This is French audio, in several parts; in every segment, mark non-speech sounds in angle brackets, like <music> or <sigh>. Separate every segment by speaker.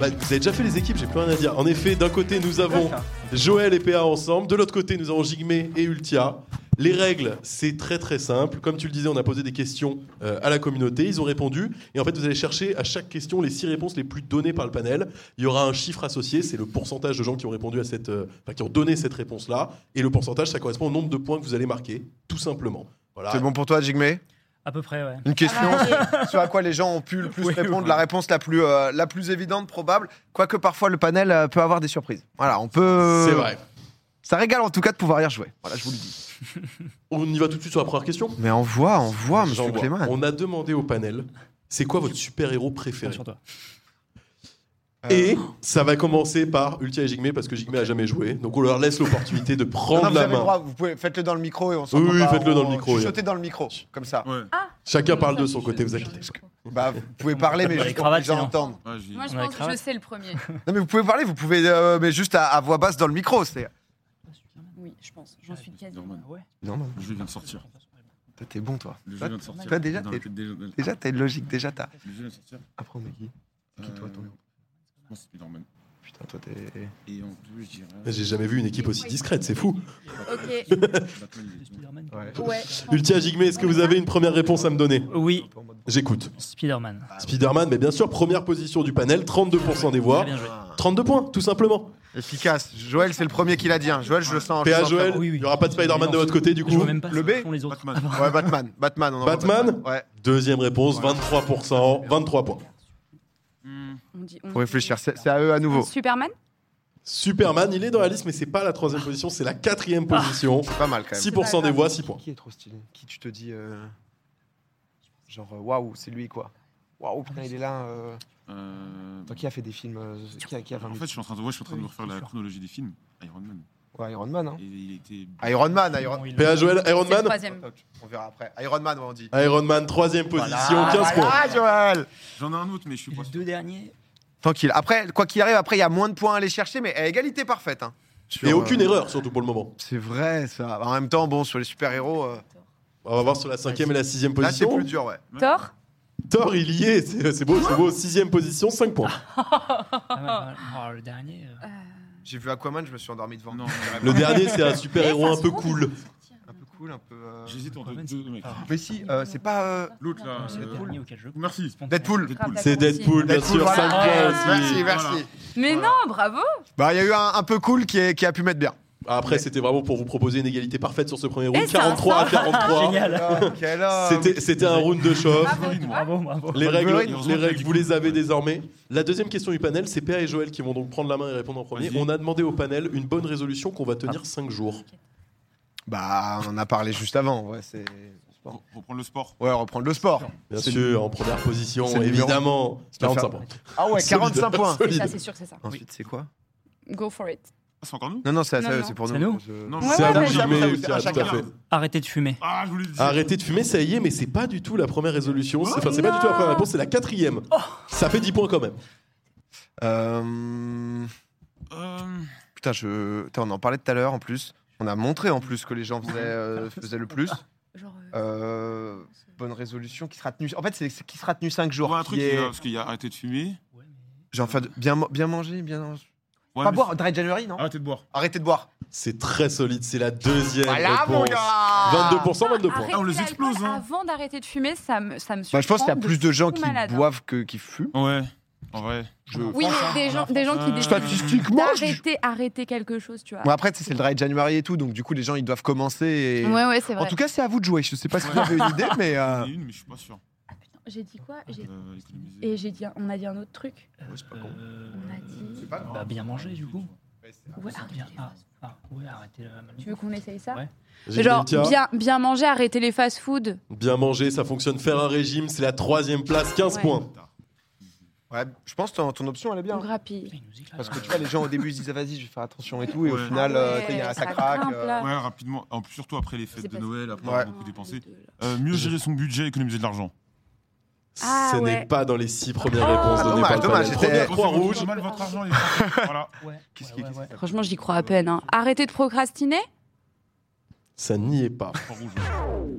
Speaker 1: Bah, vous avez déjà fait les équipes, j'ai plus rien à dire. En effet, d'un côté, nous avons Joël et PA ensemble. De l'autre côté, nous avons Jigmé et Ultia. Les règles, c'est très très simple. Comme tu le disais, on a posé des questions euh, à la communauté. Ils ont répondu. Et en fait, vous allez chercher à chaque question les six réponses les plus données par le panel. Il y aura un chiffre associé. C'est le pourcentage de gens qui ont répondu à cette, euh, enfin, qui ont donné cette réponse-là. Et le pourcentage, ça correspond au nombre de points que vous allez marquer, tout simplement. Voilà.
Speaker 2: C'est bon pour toi, Jigme
Speaker 3: À peu près, ouais.
Speaker 2: Une question sur à quoi les gens ont pu le plus
Speaker 3: Oui,
Speaker 2: répondre,
Speaker 3: voilà.
Speaker 2: la réponse la plus, euh, la plus évidente, probable. Quoique parfois le panel euh, peut avoir des surprises. Voilà, on peut.
Speaker 1: C'est vrai.
Speaker 2: Ça régale en tout cas de pouvoir y rejouer. Voilà, je vous le dis.
Speaker 1: On y va tout de suite sur la première question.
Speaker 2: Mais on voit, on voit,
Speaker 1: J'en
Speaker 2: monsieur
Speaker 1: vois.
Speaker 2: Clément.
Speaker 1: On a demandé au panel, c'est quoi votre super-héros préféré
Speaker 3: Sur toi.
Speaker 2: Euh,
Speaker 1: Et ça va commencer par Ultia et Jigme parce que Jigme a jamais joué. Donc on leur laisse l'opportunité de prendre
Speaker 2: Non, Ah, vous
Speaker 1: la
Speaker 2: avez le
Speaker 1: main.
Speaker 2: droit, vous pouvez, faites-le dans le micro et on s'en
Speaker 1: Oui,
Speaker 2: prend
Speaker 1: oui,
Speaker 2: pas,
Speaker 1: faites-le
Speaker 2: on-
Speaker 1: dans le micro,
Speaker 2: chuchotez dans le micro, comme ça.
Speaker 4: Ouais.
Speaker 1: Chacun parle de son côté, vous inquiétez.
Speaker 2: Bah, vous
Speaker 1: <laughs>
Speaker 2: pouvez parler, mais
Speaker 3: Avec
Speaker 2: juste pour que
Speaker 3: cravate,
Speaker 2: les gens
Speaker 1: hein.
Speaker 3: sinon.
Speaker 2: entendent.
Speaker 4: Ouais, je dis-
Speaker 5: Moi, je
Speaker 3: On a
Speaker 5: pense que je
Speaker 3: cravate.
Speaker 5: sais le <laughs> premier.
Speaker 2: Non, mais vous pouvez parler, vous pouvez, euh, mais juste à, à voix basse dans le micro. C'est.
Speaker 5: Oui, je pense. J'en suis quasi.
Speaker 4: Norman,
Speaker 3: Ouais.
Speaker 2: Non, non,
Speaker 4: Le jeu vient de sortir.
Speaker 2: toi, t'es bon, toi.
Speaker 4: Le jeu
Speaker 2: Toi,
Speaker 4: vient de sortir.
Speaker 2: Toi, déjà,
Speaker 4: Dans
Speaker 2: t'es-
Speaker 4: la tête des gens. Le
Speaker 2: Déjà, t'as une logique, déjà, t'as.
Speaker 4: jeu vient de sortir.
Speaker 2: Après, on est qui Qui, toi,
Speaker 4: Euh,
Speaker 2: ton héros
Speaker 4: Moi, c'est Spider-Man.
Speaker 2: Putain, toi, t'es.
Speaker 4: Et en deux, je dirais.
Speaker 1: J'ai jamais vu une équipe aussi discrète, c'est fou.
Speaker 5: Ok.
Speaker 4: Batman, il est bon.
Speaker 3: Spider-Man.
Speaker 2: Ouais.
Speaker 5: Ouais. je pense.
Speaker 1: Ultia Jigme, est-ce que vous avez une première réponse à me donner
Speaker 3: Oui,
Speaker 1: J'écoute.
Speaker 3: Spider-Man.
Speaker 1: Spider-Man, mais bien sûr, première position du panel, 32% des voix.
Speaker 3: Très bien joué.
Speaker 1: 32 points, tout simplement.
Speaker 2: Efficace. Joël, c'est le premier qui l'a dit. hein. Joël, je le sens. je le
Speaker 1: PA
Speaker 2: sens très
Speaker 1: Joël,
Speaker 2: bon.
Speaker 3: Oui,
Speaker 1: il
Speaker 3: oui.
Speaker 1: n'y aura pas de Spider-Man de votre côté, du
Speaker 3: Je
Speaker 1: coup.
Speaker 3: vois même pas
Speaker 2: le
Speaker 3: ce
Speaker 2: B
Speaker 3: que font les autres.
Speaker 4: Batman.
Speaker 2: Ouais, Batman. Batman, on en voit
Speaker 1: Batman
Speaker 2: Ouais.
Speaker 1: Deuxième réponse, 23%. 23 points.
Speaker 4: Hmm.
Speaker 5: On dit- on
Speaker 2: Faut
Speaker 5: dit-
Speaker 2: réfléchir. C'est c'est à eux à nouveau.
Speaker 5: Superman
Speaker 1: Superman, il est dans la liste, mais c'est pas la troisième position, c'est la quatrième position.
Speaker 2: Ah, C'est pas mal quand même.
Speaker 1: 6% des voix, 6 points.
Speaker 2: Qui est trop stylé Qui tu te dis euh, genre euh, waouh, c'est lui quoi. Waouh, putain, il est là. euh,
Speaker 4: Euh,
Speaker 2: attends, qui a fait des films euh, qui a, qui a fait un
Speaker 4: En fait, je
Speaker 2: film
Speaker 4: suis en train de, ouais, je suis en train de me refaire la chronologie des films. Iron Man.
Speaker 2: Ouais, Iron Man hein.
Speaker 4: Et il était.
Speaker 2: Iron Man, Iron Oh,
Speaker 3: Bon, il-
Speaker 1: PA Joël, Iron
Speaker 5: C'est le
Speaker 1: Man
Speaker 5: troisième.
Speaker 2: On verra après. Iron Man ouais, on dit.
Speaker 1: Iron Man, troisième position, 15 points.
Speaker 2: Ah Joël.
Speaker 4: J'en ai un autre, mais je suis pas
Speaker 3: Les
Speaker 4: sûr.
Speaker 3: deux derniers.
Speaker 2: Tranquille. Après quoi qu'il arrive, après il y a moins de points à aller chercher mais à égalité parfaite hein. Sur,
Speaker 1: Et
Speaker 2: euh,
Speaker 1: aucune erreur, surtout pour le moment.
Speaker 2: C'est vrai ça. En même temps, bon, sur les super-héros, euh,
Speaker 1: On va voir sur la cinquième et la sixième
Speaker 2: là c'est
Speaker 1: position.
Speaker 2: plus dur, ouais.
Speaker 5: Thor
Speaker 1: Thor, il y est. C'est c'est beau, c'est beau. Sixième position, 5 points.
Speaker 3: Ah, ouais, ouais. Oh, le dernier. euh,
Speaker 2: J'ai vu Aquaman, je me suis endormi devant.
Speaker 4: Non,
Speaker 1: Le dernier, c'est un
Speaker 5: Eh,
Speaker 1: super-héros
Speaker 5: ça
Speaker 1: un
Speaker 5: se
Speaker 1: peu
Speaker 5: trouve,
Speaker 1: cool.
Speaker 5: ils vont sortir.
Speaker 2: Un peu cool, un peu. euh,
Speaker 4: J'hésite entre
Speaker 3: Batman,
Speaker 4: deux mecs.
Speaker 3: Ah.
Speaker 2: Mais si, euh, c'est pas euh,
Speaker 4: L'autre, là,
Speaker 3: C'est le
Speaker 4: euh,
Speaker 3: dernier auquel je pense.
Speaker 4: Merci.
Speaker 2: Deadpool.
Speaker 5: Grave
Speaker 1: C'est
Speaker 5: d'accord aussi.
Speaker 1: Deadpool, bien
Speaker 2: Deadpool,
Speaker 1: sûr, 5
Speaker 2: Bah, voilà.
Speaker 1: points
Speaker 5: Ouais,
Speaker 2: Merci,
Speaker 1: aussi.
Speaker 2: merci.
Speaker 5: Mais
Speaker 4: Voilà.
Speaker 5: non, bravo
Speaker 2: Bah, il y a eu un, un peu cool qui, est- qui a pu mettre bien.
Speaker 1: Après, c'était vraiment pour vous proposer une égalité parfaite sur ce premier round.
Speaker 5: Et ça,
Speaker 1: 43 à 43.
Speaker 3: Ah,
Speaker 2: Ah,
Speaker 3: Génial.
Speaker 2: <laughs>
Speaker 1: C'était- C'était un round de chauffe.
Speaker 3: Bravo, bravo.
Speaker 1: Les règles,
Speaker 2: Wolverine,
Speaker 1: les règles, vous les avez désormais. La deuxième question du panel, c'est Péa et Joël qui vont donc prendre la main et répondre en premier.
Speaker 4: Vas-y.
Speaker 1: On a demandé au panel une bonne résolution qu'on va tenir 5 jours.
Speaker 2: Bah, on en a parlé juste avant. Ouais, c'est.
Speaker 4: Re- Reprendre le sport.
Speaker 2: Ouais, reprendre le sport.
Speaker 1: Bien
Speaker 2: C'est-
Speaker 1: sûr, en première position,
Speaker 2: c'est le numéro-
Speaker 1: évidemment.
Speaker 2: C'est la
Speaker 1: 45
Speaker 2: fin.
Speaker 1: points.
Speaker 2: Ah ouais,
Speaker 1: Solide,
Speaker 2: 45 points.
Speaker 5: C'est ça,
Speaker 1: solide.
Speaker 5: c'est sûr que c'est ça.
Speaker 2: Ensuite, c'est quoi
Speaker 5: Go for it.
Speaker 4: Ah, C'est encore nous
Speaker 2: Non, non, c'est à
Speaker 5: Non,
Speaker 2: ça,
Speaker 5: non.
Speaker 2: c'est pour nous.
Speaker 3: C'est à nous
Speaker 2: Je-
Speaker 4: Non,
Speaker 5: Ouais,
Speaker 1: C'est à
Speaker 5: ouais,
Speaker 1: vous,
Speaker 5: ouais.
Speaker 1: Jimmy,
Speaker 2: Chacun,
Speaker 1: Ultia,
Speaker 2: c'est à
Speaker 1: tout à
Speaker 2: chacun.
Speaker 1: fait.
Speaker 3: Arrêtez de fumer.
Speaker 4: Ah, je voulais le dire.
Speaker 1: Arrêtez de fumer, ça y est, mais c'est pas du tout la première résolution. C'est- Enfin, c'est pas du tout la
Speaker 5: Non.
Speaker 1: première réponse, c'est la quatrième.
Speaker 5: Oh.
Speaker 1: Ça fait 10 points quand même.
Speaker 2: Euh,
Speaker 4: Euh,
Speaker 2: Putain, je. Putain, on en parlait tout à l'heure en plus. On a montré en plus que les gens faisaient, euh, faisaient le plus.
Speaker 5: Genre, euh,
Speaker 2: Euh, bonne résolution qui sera tenue. En fait, c'est c'est qui sera tenue 5 jours.
Speaker 4: ouais, un
Speaker 2: qui
Speaker 4: truc,
Speaker 2: est-
Speaker 4: euh, parce qu'il y a arrêté de fumer.
Speaker 2: Genre, enfin, de- bien, mo- bien manger, bien.
Speaker 4: Ouais,
Speaker 2: pas
Speaker 4: mais-
Speaker 2: boire, Dry January, non
Speaker 4: Arrêtez de boire.
Speaker 2: Arrêtez de boire.
Speaker 1: C'est très solide, c'est la deuxième réponse. 22%, 22 points.
Speaker 5: arrêter
Speaker 4: on les
Speaker 5: l'alcool
Speaker 4: explose, hein.
Speaker 5: Avant d'arrêter de fumer, ça me, ça me
Speaker 2: Bah, je pense qu'il y a
Speaker 5: surprend
Speaker 2: plus de gens qui
Speaker 5: malade, hein.
Speaker 2: boivent que qui fument.
Speaker 4: Ouais, en vrai.
Speaker 5: Oui, mais des gens, des gens qui
Speaker 4: Euh,
Speaker 5: décident
Speaker 2: Statistiquement, je dis-
Speaker 5: d'arrêter arrêter quelque chose, tu vois.
Speaker 2: Bon, après, tu sais, c'est le dry January et tout, donc du coup, les gens ils doivent commencer. Et...
Speaker 5: Ouais, ouais, c'est
Speaker 2: en
Speaker 5: vrai.
Speaker 2: tout cas, c'est à vous de jouer. Je sais pas si vous
Speaker 4: Ouais.
Speaker 2: avez une idée, mais. euh,
Speaker 4: J'en ai Ah. une, mais je suis pas sûr.
Speaker 5: J'ai dit quoi J'ai-
Speaker 4: Euh, économiser.
Speaker 5: Et j'ai dit, un- on a dit un autre truc.
Speaker 3: Euh,
Speaker 5: On a dit.
Speaker 3: Bah, bien manger, du coup.
Speaker 5: Ouais,
Speaker 3: Ah,
Speaker 5: arrêter
Speaker 3: bien.
Speaker 5: les
Speaker 3: Ah,
Speaker 5: fast-
Speaker 3: ah, ouais, arrêtez la
Speaker 5: Tu veux qu'on essaye ça
Speaker 3: Ouais.
Speaker 1: J'ai
Speaker 5: Mais Genre,
Speaker 1: Ultia.
Speaker 5: bien, bien manger, arrêter les fast-food.
Speaker 1: Bien manger, ça fonctionne. Faire un régime, c'est la troisième place, 15
Speaker 5: Ouais.
Speaker 1: points.
Speaker 2: Ouais, je pense que ton, ton option elle est
Speaker 5: On
Speaker 2: bien.
Speaker 3: Ah,
Speaker 5: grappille.
Speaker 2: Parce que tu vois, les gens au début ils se disent ah, vas-y, je vais faire attention et tout, et au
Speaker 4: Ouais.
Speaker 2: final, euh, tu sais, il y a
Speaker 5: Ouais,
Speaker 2: un
Speaker 5: ça
Speaker 2: ça craque.
Speaker 5: grimpe,
Speaker 2: euh,
Speaker 5: là.
Speaker 4: Ouais, rapidement. En plus, surtout après les
Speaker 5: C'est Ah,
Speaker 4: fêtes de
Speaker 5: parce-
Speaker 4: Noël, après
Speaker 2: Ouais.
Speaker 4: avoir beaucoup dépensé. Euh, mieux gérer son budget, économiser de l'argent.
Speaker 5: Ah,
Speaker 1: Ce
Speaker 5: ouais.
Speaker 1: n'est pas dans les six premières
Speaker 5: Oh.
Speaker 1: réponses
Speaker 5: Ah,
Speaker 1: données
Speaker 2: dommage,
Speaker 1: par le
Speaker 2: dommage,
Speaker 1: panel.
Speaker 2: c'était-
Speaker 1: Première
Speaker 4: Grosso
Speaker 1: croix
Speaker 4: modo,
Speaker 1: rouge.
Speaker 4: pas mal votre argent, les gens. Voilà.
Speaker 2: Qu'est-ce qui- qu'est-ce qui-
Speaker 5: Franchement, j'y crois à peine. hein. Arrêter de procrastiner
Speaker 4: <laughs>
Speaker 1: Ça n'y est pas.
Speaker 4: Croix rouge.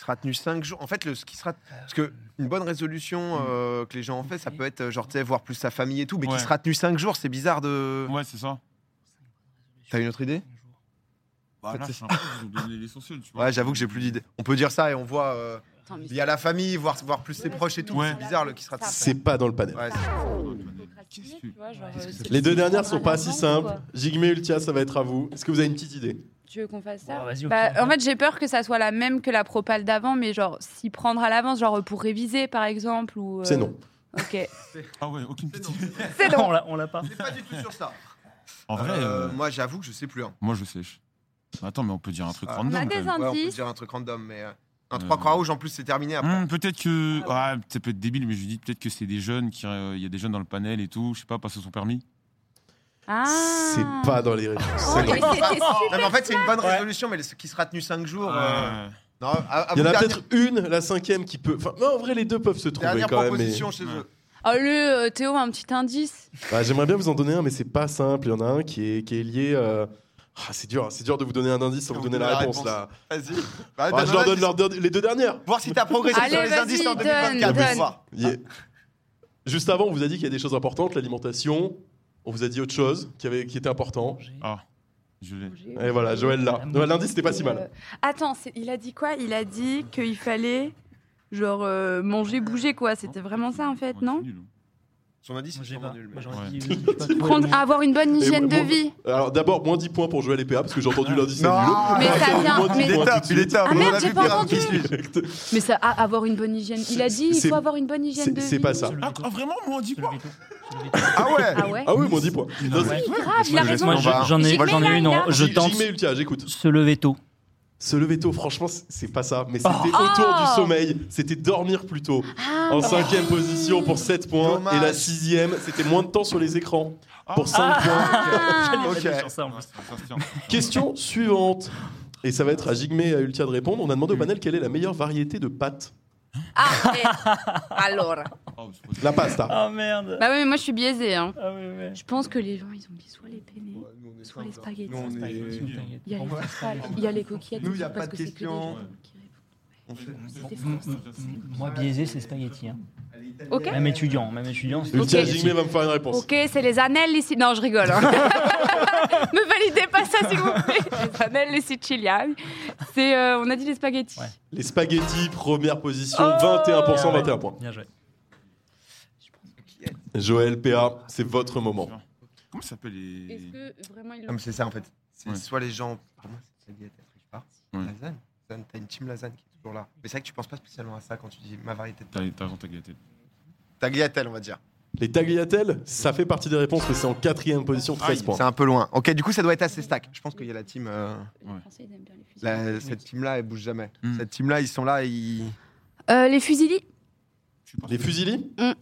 Speaker 2: sera tenu 5 jours. En fait, le, ce qui sera. Parce
Speaker 4: Euh,
Speaker 2: que une bonne résolution euh, que les gens ont fait, ça peut être euh, genre, tu sais, voir plus sa famille et tout, mais
Speaker 4: hmm. Ouais.
Speaker 2: qui sera tenu 5 jours, c'est bizarre de.
Speaker 4: Ouais, c'est ça.
Speaker 2: T'as une autre idée
Speaker 4: Bah,
Speaker 2: fait,
Speaker 4: là,
Speaker 2: c'est-
Speaker 4: je suis un peu, ils ont donné l'essentiel, tu vois.
Speaker 2: Ouais, j'avoue que j'ai plus d'idée. On peut dire ça et on voit. euh,
Speaker 5: Attends, mais
Speaker 2: Il y a la famille, voir, voir plus ses proches et tout.
Speaker 4: Ouais.
Speaker 2: C'est bizarre le qui sera.
Speaker 1: C'est pas dans le panel.
Speaker 2: Ouais,
Speaker 4: Qu'est-ce que-
Speaker 5: Tu vois, genre,
Speaker 3: Qu'est-ce
Speaker 5: euh,
Speaker 3: que
Speaker 5: c'est-
Speaker 1: Les deux
Speaker 5: c'est-
Speaker 1: dernières
Speaker 5: c'est-
Speaker 1: sont pas si
Speaker 5: l'argent ou
Speaker 1: simples.
Speaker 5: quoi
Speaker 1: Jigme Ultia, ça va être à vous. Est-ce que vous avez une petite idée
Speaker 5: Tu veux qu'on fasse ça
Speaker 3: Ouais, vas-y, au
Speaker 5: Bah,
Speaker 3: pire,
Speaker 5: En fait, j'ai peur que ça soit la même que la propale d'avant, mais genre s'y prendre à l'avance, genre pour réviser par exemple. ou. euh,
Speaker 1: C'est non.
Speaker 5: Ok.
Speaker 4: Ah ouais, aucune petite idée.
Speaker 5: C'est
Speaker 3: <laughs> on
Speaker 5: non.
Speaker 3: l'a- on l'a pas.
Speaker 2: pas du tout sur ça.
Speaker 4: En vrai, euh,
Speaker 2: moi, j'avoue que je sais plus. hein.
Speaker 4: moi, je sèche. Attends, mais on peut dire un truc
Speaker 2: Ah.
Speaker 5: On
Speaker 4: random.
Speaker 5: a
Speaker 4: quand
Speaker 5: des
Speaker 4: même.
Speaker 2: Ouais, on peut
Speaker 5: indices.
Speaker 2: dire un truc random, mais euh, un
Speaker 4: Euh.
Speaker 2: 3 croix rouge en plus, c'est terminé après.
Speaker 4: Hum, peut-être que. Ah, ça peut être débile, mais je dis peut-être que c'est des jeunes, qui, euh, il y a des jeunes dans le panel et tout, je sais pas, passer son permis.
Speaker 5: Ah.
Speaker 1: C'est pas dans les
Speaker 5: Oh,
Speaker 1: réponses.
Speaker 5: mais <laughs> c'était super.
Speaker 2: Non, mais en fait, c'est une bonne
Speaker 3: Ouais.
Speaker 2: résolution, mais ce qui sera tenu 5 jours. euh,
Speaker 4: Euh,
Speaker 2: Non, à- à
Speaker 1: Il y en
Speaker 2: vos
Speaker 1: a
Speaker 2: dernières-
Speaker 1: peut-être une, la cinquième, qui peut. Enfin, non, en vrai, les deux peuvent se trouver
Speaker 2: Dernière
Speaker 1: quand même. mais-
Speaker 2: proposition chez eux.
Speaker 5: Oh, le euh, Théo, un petit indice.
Speaker 1: Bah, J'aimerais bien vous en donner un, mais c'est pas simple. Il y en a un qui est, qui est lié. euh, ah, c'est dur, c'est dur de vous donner un indice sans vous donner la réponse, là.
Speaker 2: Vas-y. Bah,
Speaker 1: Ah, je leur donne leur- les deux dernières.
Speaker 2: Voir si t'as progressé
Speaker 5: Allez,
Speaker 2: sur les
Speaker 5: vas-y,
Speaker 2: indices en
Speaker 5: donne,
Speaker 2: 2024.
Speaker 5: donne.
Speaker 2: on voit.
Speaker 1: Yeah. Juste avant, on vous a dit qu'il y a des choses importantes, l'alimentation. On vous a dit autre chose qui, avait, qui était important.
Speaker 4: Ah, je l'ai.
Speaker 1: Et voilà, Joël là. Noël, L'indice, c'était pas si mal.
Speaker 5: Euh, attends, c'est- il a dit quoi Il a dit qu'il fallait genre euh, manger, bouger quoi. C'était vraiment ça en fait,
Speaker 4: Ouais,
Speaker 5: non
Speaker 4: c'est nul, hein.
Speaker 2: Son indice,
Speaker 3: Moi,
Speaker 2: c'est
Speaker 3: j'ai pas.
Speaker 2: vraiment nul.
Speaker 3: Moi,
Speaker 2: mais-
Speaker 3: j'aurais
Speaker 2: <laughs>
Speaker 4: Ouais.
Speaker 3: dit- j'ai pas trouvé le
Speaker 5: Prendre,
Speaker 3: mot.
Speaker 5: avoir une bonne hygiène de
Speaker 1: moi-
Speaker 5: vie.
Speaker 1: Alors d'abord, moins 10 points pour Joël et PA, parce que j'ai entendu
Speaker 4: Ah.
Speaker 1: l'indice
Speaker 2: Non.
Speaker 1: nul.
Speaker 5: Mais ça vient-
Speaker 1: Moins 10
Speaker 5: mais-
Speaker 2: Il est
Speaker 1: points tout
Speaker 2: top,
Speaker 1: de
Speaker 2: il est
Speaker 1: suite.
Speaker 2: top.
Speaker 5: Ah,
Speaker 2: on
Speaker 5: merde,
Speaker 2: a
Speaker 5: j'ai
Speaker 2: vu
Speaker 5: pas
Speaker 2: Pierre
Speaker 5: entendu.
Speaker 2: qui suit.
Speaker 5: Mais ça, ah, avoir une bonne hygiène. Il a dit, il
Speaker 1: C'est-
Speaker 5: faut avoir une bonne hygiène de
Speaker 1: c'est-
Speaker 5: vie.
Speaker 1: c'est pas ça.
Speaker 3: Sur le
Speaker 4: Ah,
Speaker 3: veto.
Speaker 4: ah, vraiment, moi, on dit
Speaker 3: Sur le
Speaker 4: quoi
Speaker 3: veto. Sur le veto.
Speaker 2: Ah ouais
Speaker 5: Ah ouais
Speaker 1: Ah oui, moins 10 points.
Speaker 4: Non,
Speaker 1: Non,
Speaker 4: mais-
Speaker 5: Oui, grave, il
Speaker 2: Moi,
Speaker 5: a
Speaker 2: je
Speaker 5: raison.
Speaker 2: laisse-
Speaker 4: Non,
Speaker 2: on va-
Speaker 3: J'en ai,
Speaker 5: Jigme,
Speaker 3: j'en ai
Speaker 5: là,
Speaker 3: une,
Speaker 5: il
Speaker 3: en-
Speaker 5: a-
Speaker 3: je
Speaker 1: J-
Speaker 3: tente
Speaker 1: Jigme Ultia, j'écoute.
Speaker 3: se lever tôt.
Speaker 1: Se lever tôt, franchement, c'est- c'est pas ça. Mais c'était
Speaker 5: Oh.
Speaker 1: autour du
Speaker 5: Oh.
Speaker 1: sommeil. C'était dormir plus tôt.
Speaker 5: Ah,
Speaker 1: En
Speaker 5: mais-
Speaker 1: cinquième position pour 7 points.
Speaker 2: Dommage.
Speaker 1: Et la sixième, c'était moins de temps sur les écrans
Speaker 4: Ah,
Speaker 1: pour 5 points.
Speaker 5: Ah.
Speaker 3: J'allais pas dire
Speaker 2: Ok.
Speaker 3: ça en
Speaker 4: Ah,
Speaker 3: plus.
Speaker 4: ça- ça se tient.
Speaker 1: Question suivante. Et ça va être à Jigme et à Ultia de répondre. On a
Speaker 3: Mm.
Speaker 1: demandé au panel quelle est la meilleure variété de pâte.
Speaker 5: Ah,
Speaker 1: <laughs>
Speaker 5: eh, alors.
Speaker 4: Oh, c'est pas-
Speaker 1: La pasta.
Speaker 3: Ah merde.
Speaker 5: Bah ouais, mais moi je suis biaisée. Hein.
Speaker 3: Ah ouais, ouais.
Speaker 5: Je pense que les gens, ils ont mis soit les penne soit les spaghettis.
Speaker 2: Nous, on est-
Speaker 5: Il y a les
Speaker 3: Ouais.
Speaker 5: farfales, il y a les coquillettes.
Speaker 2: Nous, il y a
Speaker 5: parce
Speaker 2: pas
Speaker 5: que
Speaker 2: de
Speaker 5: c'est que des
Speaker 2: questions.
Speaker 5: gens qui répondent.
Speaker 2: on fait-
Speaker 5: C'était
Speaker 3: M-
Speaker 5: français.
Speaker 3: m- m- Moi biaisé c'est spaghetti. hein.
Speaker 5: Ok
Speaker 3: Même étudiant, même étudiant. c'est
Speaker 1: Ultia,
Speaker 5: Ok.
Speaker 1: Jigme va me faire une réponse.
Speaker 5: Ok, c'est les annelles ici. Non, je
Speaker 1: <laughs>
Speaker 5: rigole. hein. Me validez pas ça, s'il vous plaît. Les annelles, les sicilianes. C'est, euh, on a dit les spaghettis.
Speaker 3: Ouais.
Speaker 1: Les spaghettis, première position,
Speaker 5: Oh
Speaker 1: 21%,
Speaker 3: Ah ouais.
Speaker 1: 21 points.
Speaker 3: Bien joué.
Speaker 1: Joël, PA, c'est votre moment.
Speaker 4: Comment ça s'appelle les.
Speaker 5: que vraiment ils
Speaker 2: Non, Ah, mais c'est ça en fait. C'est
Speaker 4: Ouais.
Speaker 2: soit les gens. Pour moi, c'est la baguette, après, je pars.
Speaker 4: Ouais.
Speaker 2: Lasagne. Lasagne, T'as une team lasagne qui est toujours là. Mais c'est vrai que tu penses pas spécialement à ça quand tu dis ma variété de
Speaker 4: T'as t'as raison, t'as gâté.
Speaker 2: tagliatelle, on va dire.
Speaker 1: Les tagliatelles, ça fait partie des réponses, mais c'est en quatrième position, 13
Speaker 4: Aïe,
Speaker 1: points.
Speaker 2: C'est un peu loin. Ok, du coup, ça doit être assez stack. Je pense qu'il y a la team. euh,
Speaker 4: Ouais.
Speaker 5: Français, ils aiment bien les fusillis.
Speaker 2: la- cette team-là, elle bouge jamais.
Speaker 4: Mm.
Speaker 2: Cette team-là, ils sont là et ils.
Speaker 5: Euh, les fusilis.
Speaker 4: Je suis parti.
Speaker 1: Les fusilis
Speaker 5: Mm.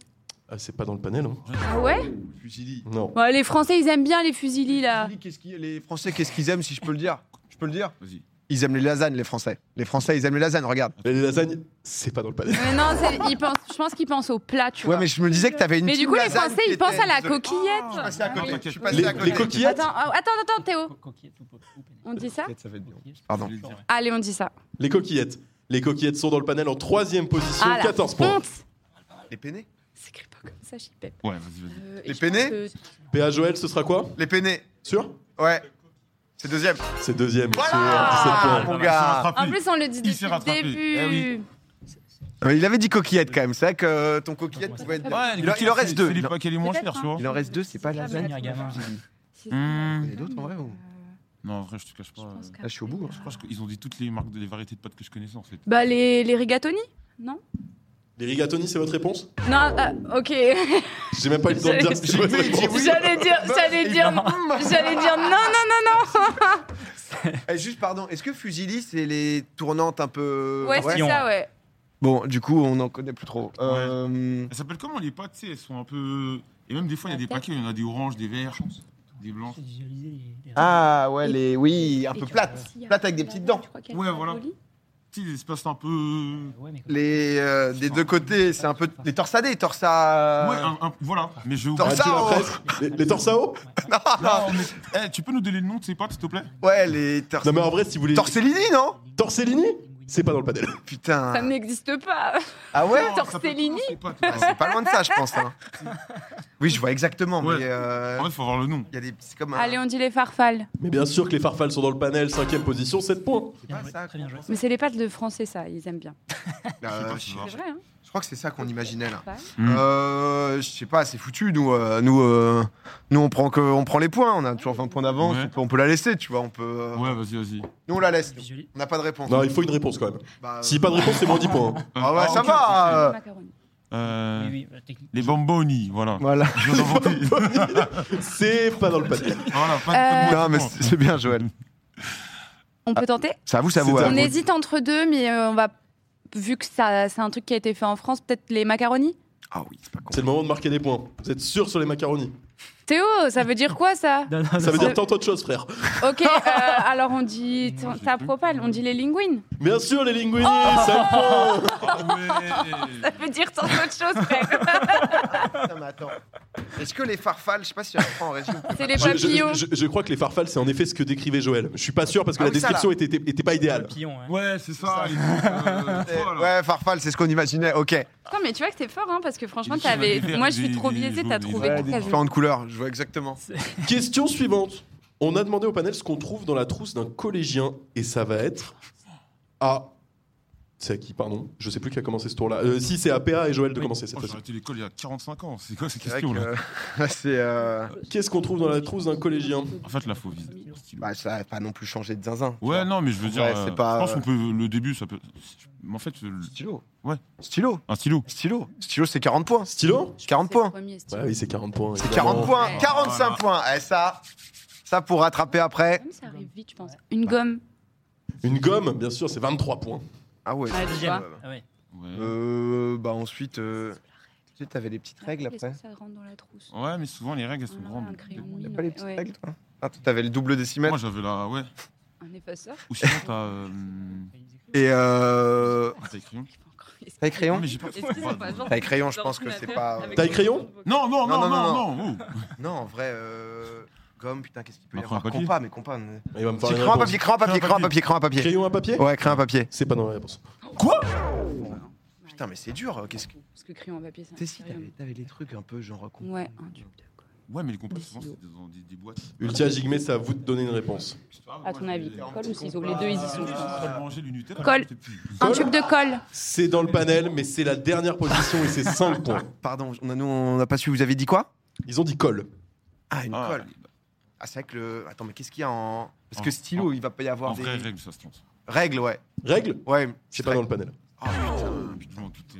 Speaker 1: Ah, C'est pas dans le panel, hein.
Speaker 5: Ah ouais
Speaker 2: Fusili.
Speaker 1: Non.
Speaker 5: Bon, Les Français, ils aiment bien les fusilis là.
Speaker 2: qu'est-ce qu'ils- les Français, qu'est-ce qu'ils aiment, si je peux le dire Je peux le dire
Speaker 4: Vas-y.
Speaker 2: Ils aiment les lasagnes, les Français. Les Français, ils aiment les lasagnes, regarde.
Speaker 1: Les lasagnes, c'est pas dans le panel.
Speaker 5: Mais non, c'est- ils pensent, je pense qu'ils pensent au plat, tu
Speaker 2: ouais,
Speaker 5: vois.
Speaker 2: mais je me disais que t'avais une.
Speaker 5: Mais du
Speaker 2: team
Speaker 5: coup, les
Speaker 2: lasagne
Speaker 5: Français,
Speaker 2: qui
Speaker 5: ils pensent
Speaker 2: était- Ah
Speaker 5: à la
Speaker 2: Désolé.
Speaker 5: coquillette.
Speaker 2: Je suis passé à côté. Je suis passé
Speaker 1: Les,
Speaker 2: à côté.
Speaker 1: les coquillettes,
Speaker 5: Attends, oh, attends, attends, Théo.
Speaker 3: Coquillette ou pop- ou penne.
Speaker 5: On dit ça
Speaker 2: Ça va être bien.
Speaker 3: Coquillette.
Speaker 2: Pardon.
Speaker 4: Je voulais le dire.
Speaker 5: Allez, on dit ça.
Speaker 1: les coquillettes. Les coquillettes sont dans le panel en troisième position,
Speaker 5: Ah, la
Speaker 1: 14 points.
Speaker 5: honte
Speaker 2: Les peinés
Speaker 5: C'est écrit pas comme ça, Chipette.
Speaker 4: Ouais, vas-y, vas-y.
Speaker 5: Euh, et
Speaker 2: Les
Speaker 5: je
Speaker 2: pennés
Speaker 5: pense
Speaker 1: PA Joël, ce sera quoi
Speaker 2: Les peinés
Speaker 1: Sûr
Speaker 2: Ouais. C'est deuxième.
Speaker 1: C'est deuxième,
Speaker 2: Voilà
Speaker 1: sur 17 points.
Speaker 2: mon gars.
Speaker 4: Ah, je suis
Speaker 5: que- En
Speaker 4: rattrapé.
Speaker 5: plus, on le dit
Speaker 4: Il
Speaker 5: depuis
Speaker 4: s'est
Speaker 5: le
Speaker 4: rattrapé.
Speaker 5: début.
Speaker 4: Eh oui.
Speaker 2: Mais il avait dit coquillette quand même. C'est vrai que euh, ton coquillette pouvait être.
Speaker 4: Ouais,
Speaker 2: Il
Speaker 4: les
Speaker 2: en- il en
Speaker 4: coquillettes,
Speaker 2: reste
Speaker 4: c'est-
Speaker 2: deux.
Speaker 4: C'est les
Speaker 2: Il en-
Speaker 4: paquets les moins
Speaker 5: Peut-être,
Speaker 4: chers, tu vois.
Speaker 2: Il en reste deux, c'est pas
Speaker 5: Ah, mais
Speaker 2: lasagne.
Speaker 5: là,
Speaker 3: Dernier gamin.
Speaker 5: Si, c'est-
Speaker 2: Il
Speaker 4: Hmm.
Speaker 2: y en a d'autres en vrai ou
Speaker 4: Non, en vrai, je te cache pas.
Speaker 5: Je
Speaker 4: euh,
Speaker 5: pense
Speaker 2: Mmh. Là, je suis au bout, hein.
Speaker 4: Je crois qu'ils ont dit toutes les marques, de- les variétés de pâtes que je connaissais en fait.
Speaker 5: Bah, les, les rigatoni Non
Speaker 1: Les rigatoni, c'est votre réponse
Speaker 5: Non, euh, ok.
Speaker 1: J'ai même pas eu le temps de dire si c'est votre
Speaker 2: Jigme, il dit
Speaker 1: réponse.
Speaker 2: oui.
Speaker 5: J'allais dire, j'allais dire, j'allais dire non, non, non,
Speaker 2: Eh, Juste pardon, est-ce que Fusili c'est les tournantes un peu Ah
Speaker 5: non. Ouais, c'est
Speaker 3: Papillon.
Speaker 5: ça, ouais.
Speaker 2: Bon, du coup, on n'en connaît plus trop. Euh,
Speaker 4: Elles s'appellent comment les pâtes, tu sais Elles sont un peu. Et même des fois, il y a
Speaker 5: La
Speaker 4: des
Speaker 5: tête.
Speaker 4: paquets, il y en a des oranges, des verts, des blancs.
Speaker 2: Ah ouais,
Speaker 5: Et-
Speaker 2: les oui, un
Speaker 5: Et
Speaker 2: peu
Speaker 5: tu-
Speaker 2: plates.
Speaker 5: s'il y a
Speaker 2: Plates
Speaker 5: pas
Speaker 2: avec
Speaker 5: de
Speaker 2: des petites
Speaker 5: lasagne,
Speaker 2: dents.
Speaker 5: tu crois qu'il y a
Speaker 4: Ouais,
Speaker 5: du
Speaker 4: voilà.
Speaker 5: ravioli
Speaker 4: Tu sais, des espaces un peu.
Speaker 2: Les euh, des deux côtés, c'est un peu les torsadés, torsa.
Speaker 4: Ouais, hein. un, un- voilà. Mais je.
Speaker 2: Dans
Speaker 1: Ah, tu l'as
Speaker 2: Torsao.
Speaker 1: presque. Les, les torsao
Speaker 2: <laughs>
Speaker 4: Non, mais- Eh, tu peux nous donner le nom de ces pâtes, s'il te plaît
Speaker 2: Ouais, les tors...
Speaker 1: Non mais en vrai, si vous voulez...
Speaker 2: Torsellini, non
Speaker 1: Torsellini C'est pas dans le panel.
Speaker 5: Ça
Speaker 2: Putain.
Speaker 5: n'existe pas.
Speaker 2: Ah ouais
Speaker 5: Non, Tortellini.
Speaker 4: c'est pas-
Speaker 2: Ah, C'est pas loin de ça, je pense.
Speaker 4: <laughs>
Speaker 2: hein. Oui, je vois exactement.
Speaker 4: Ouais.
Speaker 2: Mais euh,
Speaker 4: En fait, faut voir le nom.
Speaker 2: il y a des petits comme. un-
Speaker 5: Allez, on dit les farfales.
Speaker 1: Mais bien sûr que les farfales sont dans le panel, cinquième position, 7 points.
Speaker 2: C'est
Speaker 3: Bien
Speaker 2: pas
Speaker 3: joué,
Speaker 2: ça
Speaker 3: très bien joué.
Speaker 5: Mais c'est les pâtes de français, ça. Ils aiment bien.
Speaker 2: Euh,
Speaker 4: Je sais pas,
Speaker 5: C'est vrai, hein
Speaker 2: Je crois que c'est ça qu'on imaginait là.
Speaker 5: Ouais.
Speaker 4: Mm.
Speaker 2: Euh, je sais pas, c'est foutu. Nous, euh, nous, euh, nous, on prend que, on prend les points. On a toujours 20 points d'avance.
Speaker 4: Ouais.
Speaker 2: On, peut, on peut la laisser, tu vois. On peut. euh,
Speaker 4: Ouais, vas-y, vas-y.
Speaker 2: Nous, on la laisse. nous.
Speaker 3: Visualis-
Speaker 2: On n'a pas de réponse.
Speaker 1: Non, il faut une réponse quand même.
Speaker 2: Bah, euh,
Speaker 1: Si pas de réponse, c'est moins 10 points.
Speaker 2: <laughs>
Speaker 1: hein.
Speaker 2: Ah ouais,
Speaker 4: Euh,
Speaker 2: ça
Speaker 4: ok,
Speaker 2: va. euh,
Speaker 5: Macaroni.
Speaker 4: euh,
Speaker 3: Oui, oui, bah, technique.
Speaker 4: Les bomboni, voilà.
Speaker 2: Voilà.
Speaker 4: Je viens d'inventer.
Speaker 1: C'est pas dans le panel.
Speaker 4: voilà, pas de
Speaker 2: Non, mais c'est c'est bien, Joël.
Speaker 5: On peut tenter
Speaker 2: Ça vous, ça vous.
Speaker 1: C'était
Speaker 5: On
Speaker 1: Bah, est-
Speaker 5: hésite entre deux, mais euh, on va. Vu que ça, c'est un truc qui a été fait en France, peut-être les macaronis
Speaker 2: Ah oui, c'est pas con.
Speaker 1: C'est le moment de marquer des points. Vous êtes sûr sur les macaronis
Speaker 5: Théo, ça veut dire quoi ça
Speaker 3: Non, non, non,
Speaker 1: Ça veut
Speaker 3: non.
Speaker 1: dire tant autre chose, frère.
Speaker 2: <laughs>
Speaker 5: Ok, euh, alors on dit.
Speaker 4: Moi, j'ai
Speaker 5: Ta
Speaker 4: plus.
Speaker 5: propale, on dit les linguines.
Speaker 1: Bien sûr, les linguinis,
Speaker 5: Oh <laughs>
Speaker 1: 5 points
Speaker 4: Ah
Speaker 5: Ça veut dire tant d'autres choses, frère.
Speaker 2: Putain, mais attends. Est-ce que les farfales, je sais pas si on prend en régime.
Speaker 5: <laughs>
Speaker 2: <laughs>
Speaker 5: C'est les
Speaker 1: je, je-
Speaker 5: papillons.
Speaker 1: je- je crois que les farfales, c'est en effet ce que décrivait Joël. Je suis pas sûr parce que
Speaker 2: Ah
Speaker 1: la
Speaker 2: oui, ça,
Speaker 1: description était, était- était pas idéale.
Speaker 3: Papillon, ouais.
Speaker 4: Ouais, c'est ça. les-
Speaker 2: Eh, <laughs>
Speaker 4: euh, voilà.
Speaker 2: Ouais, farfale, c'est ce qu'on imaginait. Ok.
Speaker 5: Putain, mais tu vois que c'est fort, hein, parce que franchement,
Speaker 4: Des petits
Speaker 5: t'avais.
Speaker 4: verts,
Speaker 5: Moi, je suis
Speaker 4: des-
Speaker 5: trop
Speaker 4: des
Speaker 5: biaisée,
Speaker 4: jaunes,
Speaker 5: t'as
Speaker 4: des
Speaker 5: trouvé
Speaker 4: verts,
Speaker 5: tout
Speaker 2: des
Speaker 5: quasi.
Speaker 2: différentes couleurs, je vois exactement.
Speaker 1: Question suivante. On a demandé au panel ce qu'on trouve dans la trousse d'un collégien et ça va être A. C'est à qui, pardon Je sais plus qui a commencé ce tour-là. Euh, si, c'est à PA et Joël de commencer cette
Speaker 4: Oh, J'ai
Speaker 1: fois-ci.
Speaker 4: arrêté l'école il y a 45 ans. C'est quoi ces
Speaker 2: C'est vrai que,
Speaker 4: questions là
Speaker 2: euh, <laughs> là, c'est. euh,
Speaker 1: Qu'est-ce qu'on trouve dans la trousse d'un collégien
Speaker 4: En fait, là, faut viser.
Speaker 2: Bah, ça a pas non plus changé de zinzin. tu
Speaker 4: Ouais,
Speaker 2: vois.
Speaker 4: non, mais je veux dire,
Speaker 2: Ouais,
Speaker 4: euh,
Speaker 2: c'est pas-
Speaker 4: je pense qu'on peut le début, ça peut. mais En fait, le-
Speaker 2: Stylo.
Speaker 4: Ouais.
Speaker 2: Stylo.
Speaker 4: un stylo.
Speaker 2: Stylo. Stylo, c'est 40 points.
Speaker 1: Stylo
Speaker 2: 40
Speaker 5: C'est le
Speaker 2: points.
Speaker 5: premier, c'est-
Speaker 1: Ouais, oui, c'est 40 poins.
Speaker 2: C'est
Speaker 1: évidemment.
Speaker 2: 40 points.
Speaker 5: Ouais.
Speaker 2: 45
Speaker 4: Voilà.
Speaker 2: points. Eh, ça, ça pour rattraper après.
Speaker 5: Comme ça arrive vite, je pense. Une gomme.
Speaker 1: Une gomme, bien sûr, c'est 23 points.
Speaker 2: Ah ouais.
Speaker 5: Ouais, tu vois.
Speaker 3: Ah ouais.
Speaker 4: Ouais,
Speaker 2: Euh, bah ensuite, euh, tu sais, t'avais les petites règles
Speaker 5: Est-ce
Speaker 2: après.
Speaker 5: que ça rentre dans la trousse
Speaker 4: Ouais, mais souvent les règles elles sont
Speaker 5: Ah, un
Speaker 4: grandes.
Speaker 5: crayon,
Speaker 2: T'as
Speaker 5: oui, non,
Speaker 2: pas les
Speaker 5: mais-
Speaker 2: petites
Speaker 5: ouais.
Speaker 2: règles, toi Ah, toi, t'avais le double décimètre.
Speaker 4: Moi j'avais la. Ouais.
Speaker 5: Un effaceur
Speaker 4: Ou sinon t'as. euh,
Speaker 2: Et euh,
Speaker 4: ah, <laughs> T'as les crayons
Speaker 5: J'ai pas encore eu ça. <laughs>
Speaker 2: t'avais crayon.
Speaker 4: Non, mais j'ai pas.
Speaker 5: Est-ce qu'ils ont pas genre-
Speaker 2: T'as les crayons, je pense que
Speaker 5: d'ordinateur
Speaker 2: c'est pas-
Speaker 5: avec
Speaker 1: T'as les
Speaker 5: des
Speaker 1: crayons
Speaker 5: notebooks
Speaker 4: Non, non,
Speaker 2: Non,
Speaker 4: non,
Speaker 2: non,
Speaker 4: non, non, oh.
Speaker 2: Non, en vrai, euh, gomme. Putain, qu'est-ce qu'il peut y
Speaker 4: Un crayon à
Speaker 2: avoir
Speaker 4: papier.
Speaker 2: Compas, mais compas. mais-
Speaker 1: Il va me faire
Speaker 2: C'est
Speaker 1: une
Speaker 2: crayon à
Speaker 1: réponse.
Speaker 2: papier, crayon à papier, crayon à papier, crayon à papier.
Speaker 1: Crayon à papier
Speaker 2: Ouais, crayon à papier.
Speaker 1: C'est pas dans la réponse.
Speaker 2: Putain, mais c'est dur. Qu'est-ce que
Speaker 5: Parce que crayon à papier, c'est
Speaker 2: t'es si
Speaker 5: un
Speaker 2: t'avais t'avais les trucs un peu genre compas.
Speaker 5: Ouais, un tube de colle.
Speaker 4: Ouais, mais les compas, souvent c'est dans des, des boîtes.
Speaker 1: Ultia Jigme, c'est à vous de donner une réponse.
Speaker 5: À ton avis, colle ou ciseaux Les deux, ils y sont, je pense.
Speaker 4: manger du Nutella.
Speaker 5: Colle.
Speaker 4: j'étais petit.
Speaker 5: Un tube de colle.
Speaker 1: C'est dans le panel, mais c'est la dernière position et c'est 5 points.
Speaker 2: Pardon, on a, nous, on n'a pas su. Vous avez dit quoi
Speaker 1: Ils ont dit colle.
Speaker 2: Ah, une
Speaker 4: Ah,
Speaker 2: colle. Ah, c'est vrai que le. Attends, mais qu'est-ce qu'il y a en. Parce que
Speaker 4: En-
Speaker 2: stylo, il va pas y avoir
Speaker 4: En
Speaker 2: des.
Speaker 4: vrai, règle, ça se trompe.
Speaker 2: Règles, ouais.
Speaker 1: Règle
Speaker 2: Ouais.
Speaker 1: C'est pas dans le panel.
Speaker 2: Oh putain.
Speaker 4: Ah, Je m'en doutais.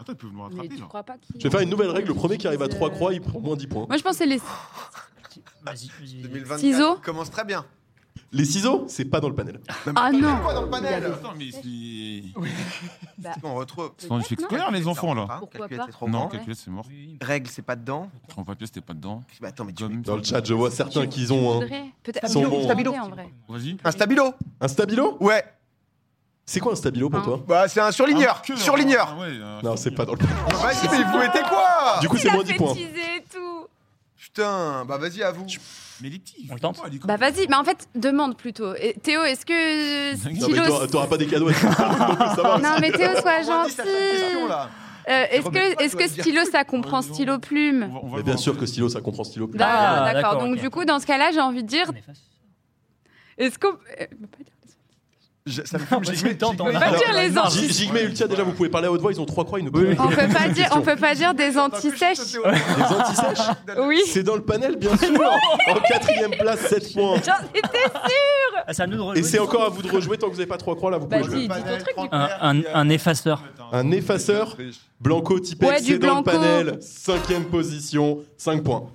Speaker 4: Attends, ils peuvent me
Speaker 5: Mais
Speaker 4: rattraper
Speaker 5: tu
Speaker 2: hein.
Speaker 4: là.
Speaker 5: crois pas qu'il.
Speaker 1: Je vais faire une nouvelle règle. Le premier qui arrive à 3 croix, il prend moins 10 points.
Speaker 5: Moi, je pense que c'est les.
Speaker 3: Vas-y, vas-y. vas-y.
Speaker 2: 2024
Speaker 5: Ciseaux
Speaker 2: commence très bien.
Speaker 1: Les ciseaux, c'est pas dans le panel.
Speaker 5: Ah non
Speaker 2: Quoi dans le panel
Speaker 4: Attends, mais c'est.
Speaker 2: On retrouve.
Speaker 4: C'est en échec scolaire, les enfants là.
Speaker 2: Hein,
Speaker 5: Pourquoi
Speaker 2: calculette,
Speaker 5: pas
Speaker 2: c'est trop
Speaker 4: Non,
Speaker 2: grand.
Speaker 4: calculette, c'est mort.
Speaker 3: Oui, oui.
Speaker 2: Règles, c'est pas dedans.
Speaker 4: En papier, c'était pas dedans.
Speaker 2: Mais attends, mais tu.
Speaker 4: Gomme.
Speaker 1: Dans le chat, je vois certains qu'ils ont un.
Speaker 5: Faudrait- Peut-être.
Speaker 1: Ils sont bons. hein.
Speaker 2: Stabilo.
Speaker 5: En vrai.
Speaker 4: Vas-y.
Speaker 2: Un stabilo
Speaker 1: Un stabilo
Speaker 2: Ouais.
Speaker 1: C'est quoi un stabilo pour
Speaker 5: Un.
Speaker 1: toi
Speaker 2: Bah, c'est un surligneur.
Speaker 4: Ah, que-
Speaker 2: surligneur.
Speaker 4: ah, ouais, euh,
Speaker 1: Non, c'est pas dans le panel.
Speaker 2: Ah, bah, si, mais vous mettez quoi
Speaker 1: Du coup, c'est
Speaker 5: Il a
Speaker 1: moins 10 points.
Speaker 5: fétisé et tout.
Speaker 2: Putain, bah vas-y, à vous.
Speaker 4: Mais les petits. ils
Speaker 3: On le
Speaker 4: font
Speaker 3: tente
Speaker 4: pas, les
Speaker 5: Bah vas-y, mais en fait, demande plutôt. Et Théo, est-ce que
Speaker 4: Non,
Speaker 1: Non, mais
Speaker 5: Stylo-
Speaker 1: t'auras- t'auras pas des cadeaux à te faire, donc ça va.
Speaker 5: Non mais Théo, sois
Speaker 2: Moins dix à cette question,
Speaker 5: gentil.
Speaker 2: là.
Speaker 5: Euh, Est-ce
Speaker 2: Remets
Speaker 5: que
Speaker 2: pas,
Speaker 5: est-ce
Speaker 2: toi,
Speaker 5: que
Speaker 2: de dire. Oh,
Speaker 5: stylo ça comprend stylo plume
Speaker 4: On va- on va
Speaker 1: Mais
Speaker 4: le
Speaker 1: bien
Speaker 4: voir.
Speaker 1: sûr que stylo, ça comprend stylo. plus.
Speaker 5: D'accord,
Speaker 3: Ah,
Speaker 5: d'accord.
Speaker 3: d'accord,
Speaker 5: Donc
Speaker 3: ok.
Speaker 5: du coup, dans ce cas-là, j'ai envie de dire,
Speaker 3: On efface.
Speaker 5: est-ce qu'on euh, on peut pas dire-
Speaker 2: Je-
Speaker 5: <laughs>
Speaker 2: Ça me fume,
Speaker 3: Vas-y,
Speaker 2: j'y mets-
Speaker 3: tente,
Speaker 2: j'y
Speaker 3: on Ah,
Speaker 2: mets-
Speaker 3: a-
Speaker 5: pas dire les
Speaker 3: Non,
Speaker 5: ans.
Speaker 1: J- Jigme et Ultia, déjà, vous pouvez parler à haute voix. Ils ont 3 croix, ils ne
Speaker 3: Oui.
Speaker 1: peuvent
Speaker 5: on
Speaker 1: pas.
Speaker 5: peut pas dire, on peut pas dire des
Speaker 2: <laughs>
Speaker 5: antisèches.
Speaker 1: Les antisèches
Speaker 5: Oui.
Speaker 1: C'est dans le panel,
Speaker 5: <laughs>
Speaker 1: bien sûr. En quatrième place, 7 points.
Speaker 5: J'en étais
Speaker 3: Ah, c'est à nous de rejouer.
Speaker 1: Et c'est encore à
Speaker 5: <laughs>
Speaker 1: vous de rejouer tant que vous n'avez pas trois croix là, vous pouvez
Speaker 5: Bah,
Speaker 1: jouer.
Speaker 5: dis, dis ton truc. du coup.
Speaker 3: Un, un, un effaceur.
Speaker 1: Un effaceur, Blanco type
Speaker 5: Ouais, du
Speaker 1: c'est dans le
Speaker 5: Blanco.
Speaker 1: panel, cinquième position, 5 points.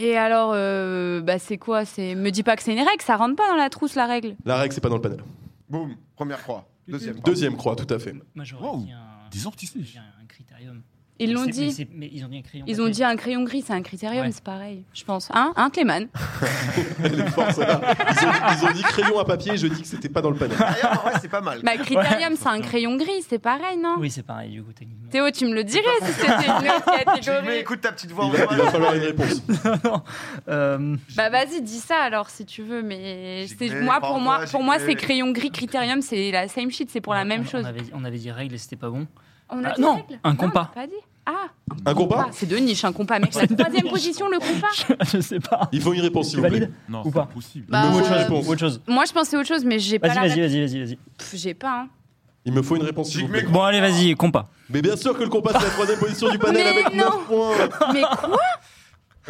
Speaker 5: Et alors, euh, bah c'est quoi C'est me dis pas que c'est une règle, ça rentre pas dans la trousse la règle.
Speaker 1: La règle, c'est pas dans le panel.
Speaker 2: Boum, première croix. Deuxième.
Speaker 1: Deuxième croix, tout à fait. <laughs>
Speaker 3: Moi, j'aurais
Speaker 4: Wow.
Speaker 3: dit un-
Speaker 4: Des antisèches.
Speaker 3: j'ai un critérium.
Speaker 5: Ils l'ont
Speaker 3: C'est- mais
Speaker 5: dit.
Speaker 3: c'est- Mais ils ont dit un crayon.
Speaker 5: Ils ont
Speaker 3: papier.
Speaker 5: dit un crayon gris, c'est un critérium,
Speaker 3: Ouais.
Speaker 5: c'est pareil, je pense. Hein, hein, Clément
Speaker 1: Les forces, là. Ils, ont, ils ont dit crayon à papier, je dis que
Speaker 2: Ah,
Speaker 1: c'était pas dans le panel.
Speaker 5: <laughs>
Speaker 2: D'ailleurs, en vrai, c'est pas mal.
Speaker 5: Bah, critérium, c'est un crayon gris, c'est pareil, non
Speaker 3: Oui, c'est pareil, du coup, techniquement.
Speaker 5: Théo, tu me le dirais si
Speaker 3: <laughs>
Speaker 5: c'était une autre
Speaker 2: Jimmy,
Speaker 5: catégorie.
Speaker 2: écoute ta petite voix.
Speaker 1: Il va, il va
Speaker 2: envoie-la.
Speaker 1: falloir une réponse.
Speaker 3: Non. Euh,
Speaker 5: Bah vas-y, dis ça alors si tu veux, mais
Speaker 2: J'ai
Speaker 5: c'est
Speaker 2: cru,
Speaker 5: moi
Speaker 2: pardon,
Speaker 5: pour moi,
Speaker 2: moi, j'ai
Speaker 5: pour moi
Speaker 2: cru.
Speaker 5: c'est crayon gris critérium, c'est la same shit, c'est pour la
Speaker 3: on-
Speaker 5: même
Speaker 3: on-
Speaker 5: chose.
Speaker 3: On avait, on avait dit règles et c'était pas bon.
Speaker 5: On a
Speaker 3: Ah,
Speaker 5: dit
Speaker 3: non,
Speaker 5: règle
Speaker 3: un
Speaker 5: Non,
Speaker 3: compas.
Speaker 5: on a pas dit. Ah,
Speaker 1: Un compas
Speaker 5: compas, c'est de niche un compas, mec. La troisième position, le compas.
Speaker 3: je sais pas.
Speaker 1: Il faut une réponse, s'il
Speaker 3: Tu
Speaker 1: vous plaît.
Speaker 3: valides
Speaker 4: Non,
Speaker 3: Ou
Speaker 4: c'est
Speaker 3: pas
Speaker 4: pas possible.
Speaker 5: Bah,
Speaker 1: Ou autre
Speaker 5: euh,
Speaker 1: réponse.
Speaker 3: Ou autre chose
Speaker 5: Moi, je pensais autre chose, mais j'ai pas
Speaker 3: Vas-y,
Speaker 5: la
Speaker 3: vas-y,
Speaker 5: réponse.
Speaker 3: vas-y, vas-y, vas-y.
Speaker 5: Pff, J'ai pas. hein.
Speaker 1: Il me faut une réponse, s'il vous plaît.
Speaker 3: Bon, allez, vas-y, compas.
Speaker 1: Mais bien sûr que le compas, c'est la troisième position du panel
Speaker 5: Mais
Speaker 1: avec
Speaker 5: non.
Speaker 1: 9 points.
Speaker 5: Mais quoi